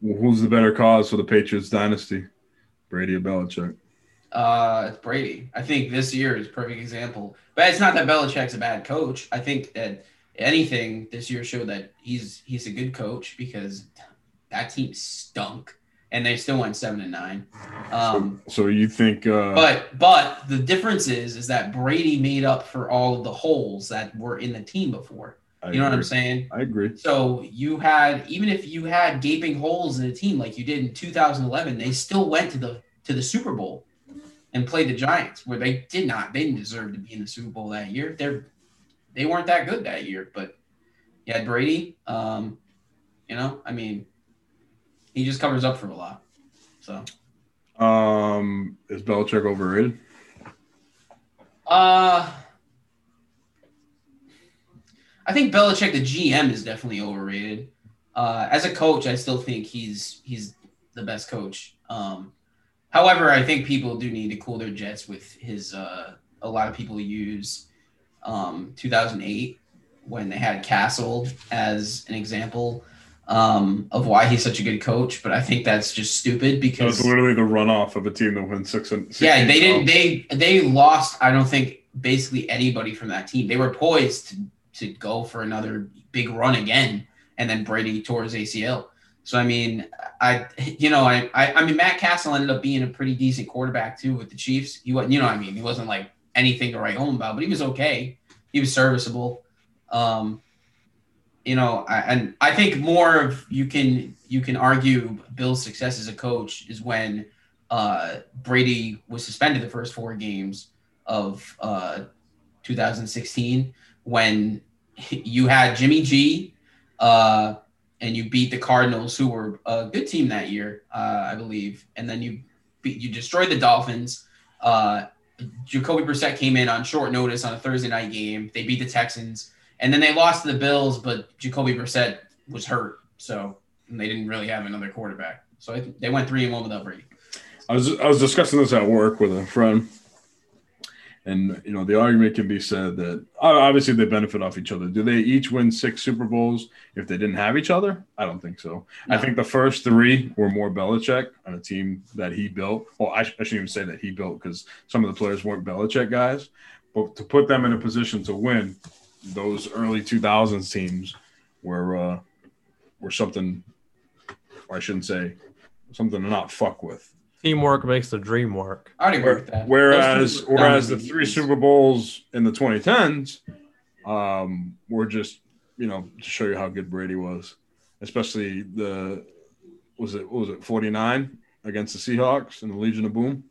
Speaker 2: who's the better cause for the Patriots dynasty, Brady or Belichick?
Speaker 1: Uh, it's Brady. I think this year is a perfect example. But it's not that Belichick's a bad coach. I think that anything this year showed that he's he's a good coach because that team stunk and they still went seven and nine. Um,
Speaker 2: So you think? Uh,
Speaker 1: but but the difference is is that Brady made up for all of the holes that were in the team before.
Speaker 2: I
Speaker 1: you know what I'm
Speaker 2: agree.
Speaker 1: saying?
Speaker 2: I agree.
Speaker 1: So you had even if you had gaping holes in the team like you did in 2011, they still went to the to the Super Bowl and played the Giants, where they did not they didn't deserve to be in the Super Bowl that year. They're they weren't that good that year, but you had Brady. Um, you know, I mean, he just covers up for a lot. So
Speaker 2: Um, is Belichick overrated?
Speaker 1: Uh, I think Belichick, the GM, is definitely overrated. Uh, as a coach, I still think he's he's the best coach. Um, however, I think people do need to cool their jets with his. Uh, a lot of people use um, 2008 when they had Castle as an example um, of why he's such a good coach, but I think that's just stupid
Speaker 2: That
Speaker 1: because
Speaker 2: was literally the runoff of a team that wins six and six
Speaker 1: yeah,
Speaker 2: in a
Speaker 1: they
Speaker 2: row.
Speaker 1: didn't. They they lost. I don't think basically anybody from that team. They were poised to, to go for another big run again, and then Brady tore his ACL. So I mean, I you know I I, I mean Matt Castle ended up being a pretty decent quarterback too with the Chiefs. He was you know what I mean he wasn't like anything to write home about, but he was okay. He was serviceable. Um, you know, I, and I think more of you can you can argue Bill's success as a coach is when uh, Brady was suspended the first four games of uh, 2016 when you had Jimmy G uh, and you beat the Cardinals, who were a good team that year, uh, I believe, and then you beat, you destroyed the Dolphins. Uh, Jacoby Brissett came in on short notice on a Thursday night game. They beat the Texans, and then they lost to the Bills, but Jacoby Brissett was hurt, so and they didn't really have another quarterback. So I think they went three and one without Brady.
Speaker 2: I was I was discussing this at work with a friend, and you know the argument can be said that uh, obviously they benefit off each other. Do they each win six Super Bowls if they didn't have each other? I don't think so. I
Speaker 11: No.
Speaker 2: think the first three were more Belichick on a team that he built. Well, I, sh- I shouldn't even say that he built because some of the players weren't Belichick guys, but to put them in a position to win, those early two thousands teams were uh, were something. Or I shouldn't say something to not fuck with.
Speaker 4: Teamwork makes the dream work.
Speaker 1: I would agree with that.
Speaker 2: Whereas,
Speaker 4: Those teams were
Speaker 2: whereas the
Speaker 4: dominant.
Speaker 2: three Super Bowls in the 2010s um, were just, you know, to show you how good Brady was, especially the was it what was it 49 against the Seahawks and the Legion of Boom.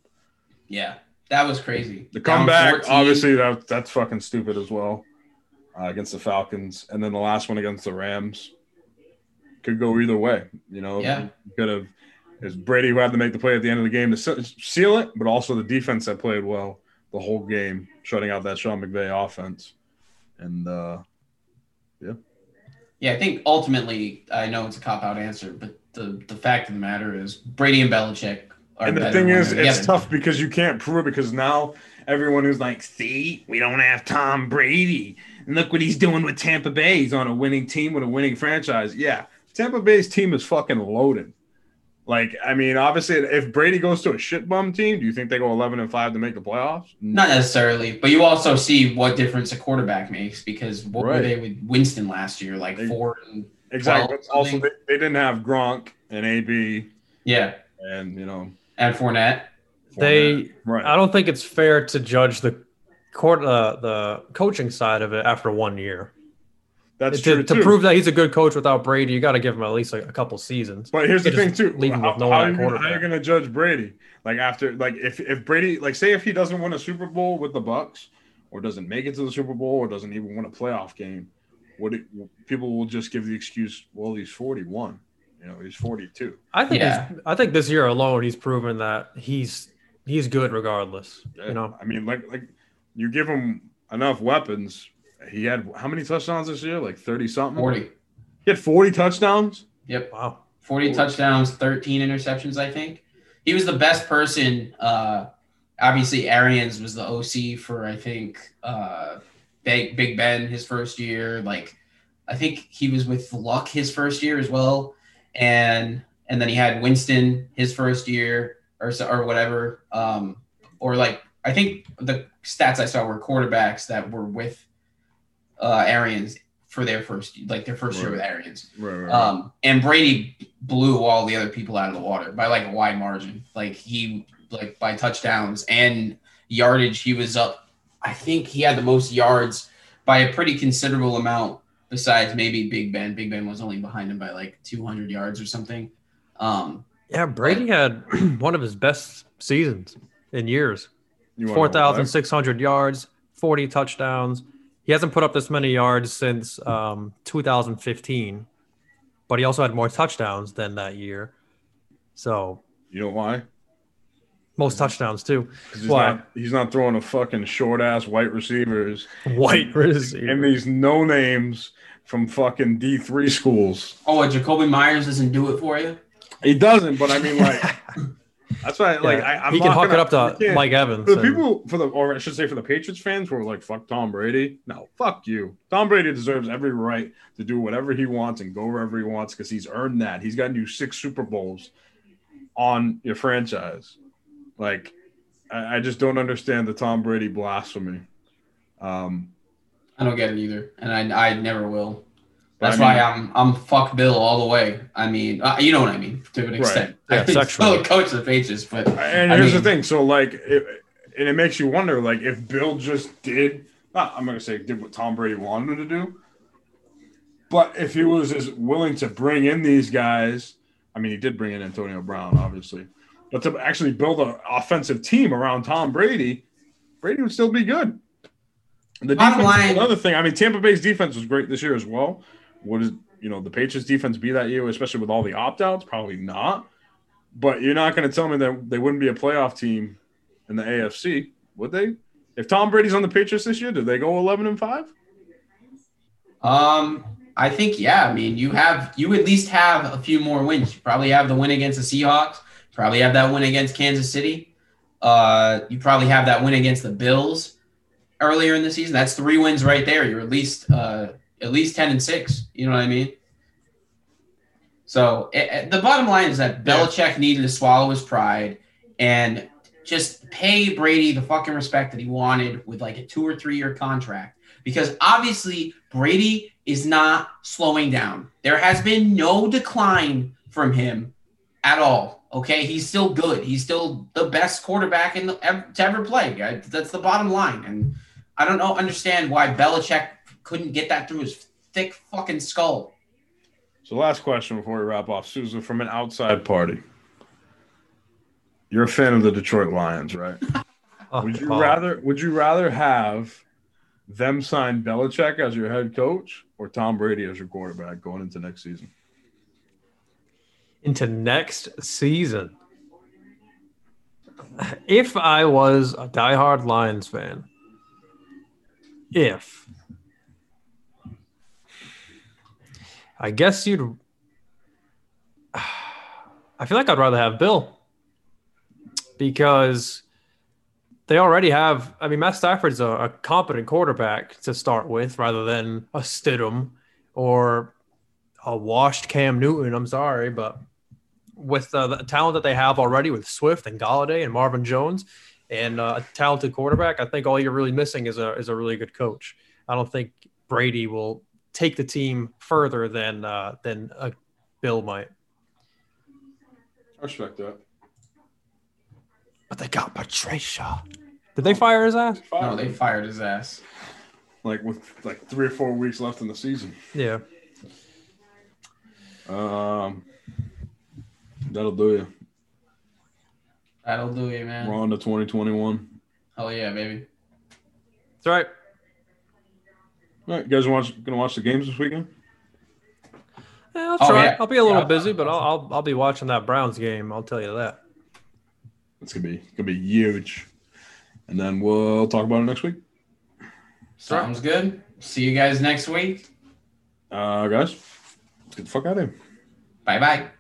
Speaker 1: Yeah, that was crazy.
Speaker 2: The
Speaker 1: Down
Speaker 2: comeback,
Speaker 1: 14.
Speaker 2: obviously, that that's fucking stupid as well uh, against the Falcons, and then the last one against the Rams could go either way. You know,
Speaker 1: Yeah.
Speaker 2: could have is Brady who had to make the play at the end of the game to se- seal it, but also the defense that played well the whole game, shutting out that Sean McVay offense, and uh, yeah,
Speaker 1: Yeah, I think ultimately, I know it's a cop out answer, but the the fact of the matter is Brady and Belichick are.
Speaker 2: and the
Speaker 1: better
Speaker 2: thing
Speaker 1: when
Speaker 2: is,
Speaker 1: they're
Speaker 2: it's
Speaker 1: together.
Speaker 2: tough because you can't prove it because now everyone is like, see, we don't have Tom Brady. And look what he's doing with Tampa Bay. He's on a winning team with a winning franchise. Yeah. Tampa Bay's team is fucking loaded. Like, I mean, obviously, if Brady goes to a shit bum team, do you think they go 11 and 5 to make the playoffs?
Speaker 1: Not necessarily, but you also see what difference a quarterback makes because what
Speaker 2: Right.
Speaker 1: were they with Winston last year? Like four and
Speaker 2: Exactly.
Speaker 1: 12
Speaker 2: also,
Speaker 1: something?
Speaker 2: they, they didn't have Gronk and AB.
Speaker 1: Yeah.
Speaker 2: And, you know,
Speaker 1: and Fournette.
Speaker 4: They,
Speaker 2: right.
Speaker 4: I don't think it's fair to judge the court, uh, the coaching side of it after one year.
Speaker 2: That's
Speaker 4: to,
Speaker 2: true
Speaker 4: to
Speaker 2: too.
Speaker 4: prove that he's a good coach without Brady, you got to give him at least like a couple seasons.
Speaker 2: But here's the
Speaker 4: You
Speaker 2: thing
Speaker 4: can't just
Speaker 2: too.
Speaker 4: leave him
Speaker 2: How,
Speaker 4: with no
Speaker 2: how are
Speaker 4: one at
Speaker 2: you, how are you
Speaker 4: quarterback.
Speaker 2: gonna judge Brady? Like after like if if Brady like say if he doesn't win a Super Bowl with the Bucks, or doesn't make it to the Super Bowl, or doesn't even win a playoff game, what it, people will just give the excuse, well, he's forty one. You know, he's forty two.
Speaker 4: I think he's, I think this year alone he's proven that he's he's good regardless. You know,
Speaker 2: I mean, like like you give him enough weapons. He had how many touchdowns this year? Like thirty something.
Speaker 1: 40.
Speaker 2: He had forty touchdowns.
Speaker 1: Yep.
Speaker 4: Wow.
Speaker 1: 40 touchdowns, 13 interceptions, I think. He was the best person. Uh, obviously, Arians was the OC for, I think, uh, Big, Big Ben his first year. Like, I think he was with Luck his first year as well. And and then he had Winston his first year or, so, or whatever. Um, or, like, I think the stats I saw were quarterbacks that were with uh, Arians for their first, like, their first year with Arians.
Speaker 2: Right, right, right.
Speaker 4: Uh,
Speaker 1: Um, and Brady blew all the other people out of the water by like a wide margin. Like he like by touchdowns and yardage, he was up. I think he had the most yards by a pretty considerable amount. Besides maybe Big Ben, Big Ben was only behind him by like 200 yards or something. Um,
Speaker 4: yeah, Brady had one of his best seasons in years.
Speaker 2: You wanna know
Speaker 4: Four thousand six hundred yards, forty touchdowns. He hasn't put up this many yards since um, 2015, but he also had more touchdowns than that year. So
Speaker 2: you know why?
Speaker 4: Most
Speaker 2: Mm-hmm.
Speaker 4: touchdowns too.
Speaker 2: 'Cause He's
Speaker 4: Why?
Speaker 2: not, he's not throwing a fucking short ass white receivers.
Speaker 4: White receivers.
Speaker 2: And these no names from fucking D3 schools.
Speaker 1: oh, and Jacoby Myers doesn't do it for you.
Speaker 2: He doesn't, but I mean, like, that's why, like,
Speaker 4: Yeah,
Speaker 2: I, I'm
Speaker 4: he can
Speaker 2: not
Speaker 4: hook it
Speaker 2: gonna-
Speaker 4: up to
Speaker 2: I can't-
Speaker 4: Mike Evans
Speaker 2: For the
Speaker 4: and-
Speaker 2: people, for the, or I should say, for the Patriots fans who are like, fuck Tom Brady. No, fuck you. Tom Brady deserves every right to do whatever he wants and go wherever he wants because he's earned that. He's gotten you six Super Bowls on your franchise. Like, I, I just don't understand the Tom Brady blasphemy. Um,
Speaker 1: I don't get it either, and I I never will.
Speaker 2: But
Speaker 1: That's
Speaker 2: I mean-
Speaker 1: why I'm I'm fuck Bill all the way. I mean, uh, you know what I mean to an
Speaker 2: Right.
Speaker 1: extent.
Speaker 2: Yeah,
Speaker 1: I think
Speaker 2: sexually.
Speaker 1: still a coach of the Patriots, but
Speaker 2: And
Speaker 1: I
Speaker 2: here's
Speaker 1: mean,
Speaker 2: the thing. So like, it, and it makes you wonder, like, if Bill just did, not I'm gonna say did what Tom Brady wanted him to do, but if he was as willing to bring in these guys, I mean, he did bring in Antonio Brown, obviously, but to actually build an offensive team around Tom Brady, Brady would still be good. The
Speaker 1: Bottom
Speaker 2: defense,
Speaker 1: line-
Speaker 2: another thing. I mean, Tampa Bay's defense was great this year as well. Would you know the Patriots' defense be that year, especially with all the opt outs? Probably not. But you're not going to tell me that they wouldn't be a playoff team in the AFC, would they? If Tom Brady's on the Patriots this year, do they go 11 and five?
Speaker 1: Um, I think yeah. I mean, you have you at least have a few more wins. You probably have the win against the Seahawks. Probably have that win against Kansas City. Uh, you probably have that win against the Bills earlier in the season. That's three wins right there. You're at least uh, at least ten and six. You know what I mean? So eh, eh, the bottom line is that Belichick needed to swallow his pride and just pay Brady the fucking respect that he wanted with like a two or three year contract because obviously Brady is not slowing down. There has been no decline from him at all. Okay, he's still good. He's still the best quarterback in the, ev- to ever play. I- That's the bottom line. And I don't know, understand why Belichick couldn't get that through his thick fucking skull.
Speaker 2: So, last question before we wrap off, Susan, from an outside party. You're a fan of the Detroit Lions, right? would you
Speaker 4: Oh, Paul.
Speaker 2: rather Would you rather have them sign Belichick as your head coach or Tom Brady as your quarterback going into next season?
Speaker 4: into next season. If I was a diehard Lions fan, if I guess you'd, I feel like I'd rather have Bill because they already have. I mean, Matt Stafford's a, a competent quarterback to start with, rather than a Stidham or a washed Cam Newton. I'm sorry, but with uh, the talent that they have already with Swift and Galladay and Marvin Jones and uh, a talented quarterback, I think all you're really missing is a is a really good coach. I don't think Brady will take the team further than uh, than uh, Bill might.
Speaker 2: I respect that.
Speaker 4: But they got Patricia. Did they fire his ass?
Speaker 1: No, they fired his ass.
Speaker 2: like with like three or four weeks left in the season.
Speaker 4: Yeah.
Speaker 2: Um, that'll do you.
Speaker 1: That'll do you, man.
Speaker 2: We're on to 2021.
Speaker 1: Hell yeah, baby.
Speaker 4: It's all right.
Speaker 2: All right, you guys watch, gonna watch the games this weekend?
Speaker 4: Yeah, I'll
Speaker 2: Oh,
Speaker 4: try.
Speaker 2: yeah.
Speaker 4: I'll be a little
Speaker 2: Yeah.
Speaker 4: busy, but I'll, I'll I'll be watching that Browns game. I'll tell you that.
Speaker 2: It's gonna be gonna be huge, and then we'll talk about it next week.
Speaker 1: Sounds good. See you guys next week.
Speaker 2: Uh, guys, let's get the fuck out of here.
Speaker 1: Bye bye.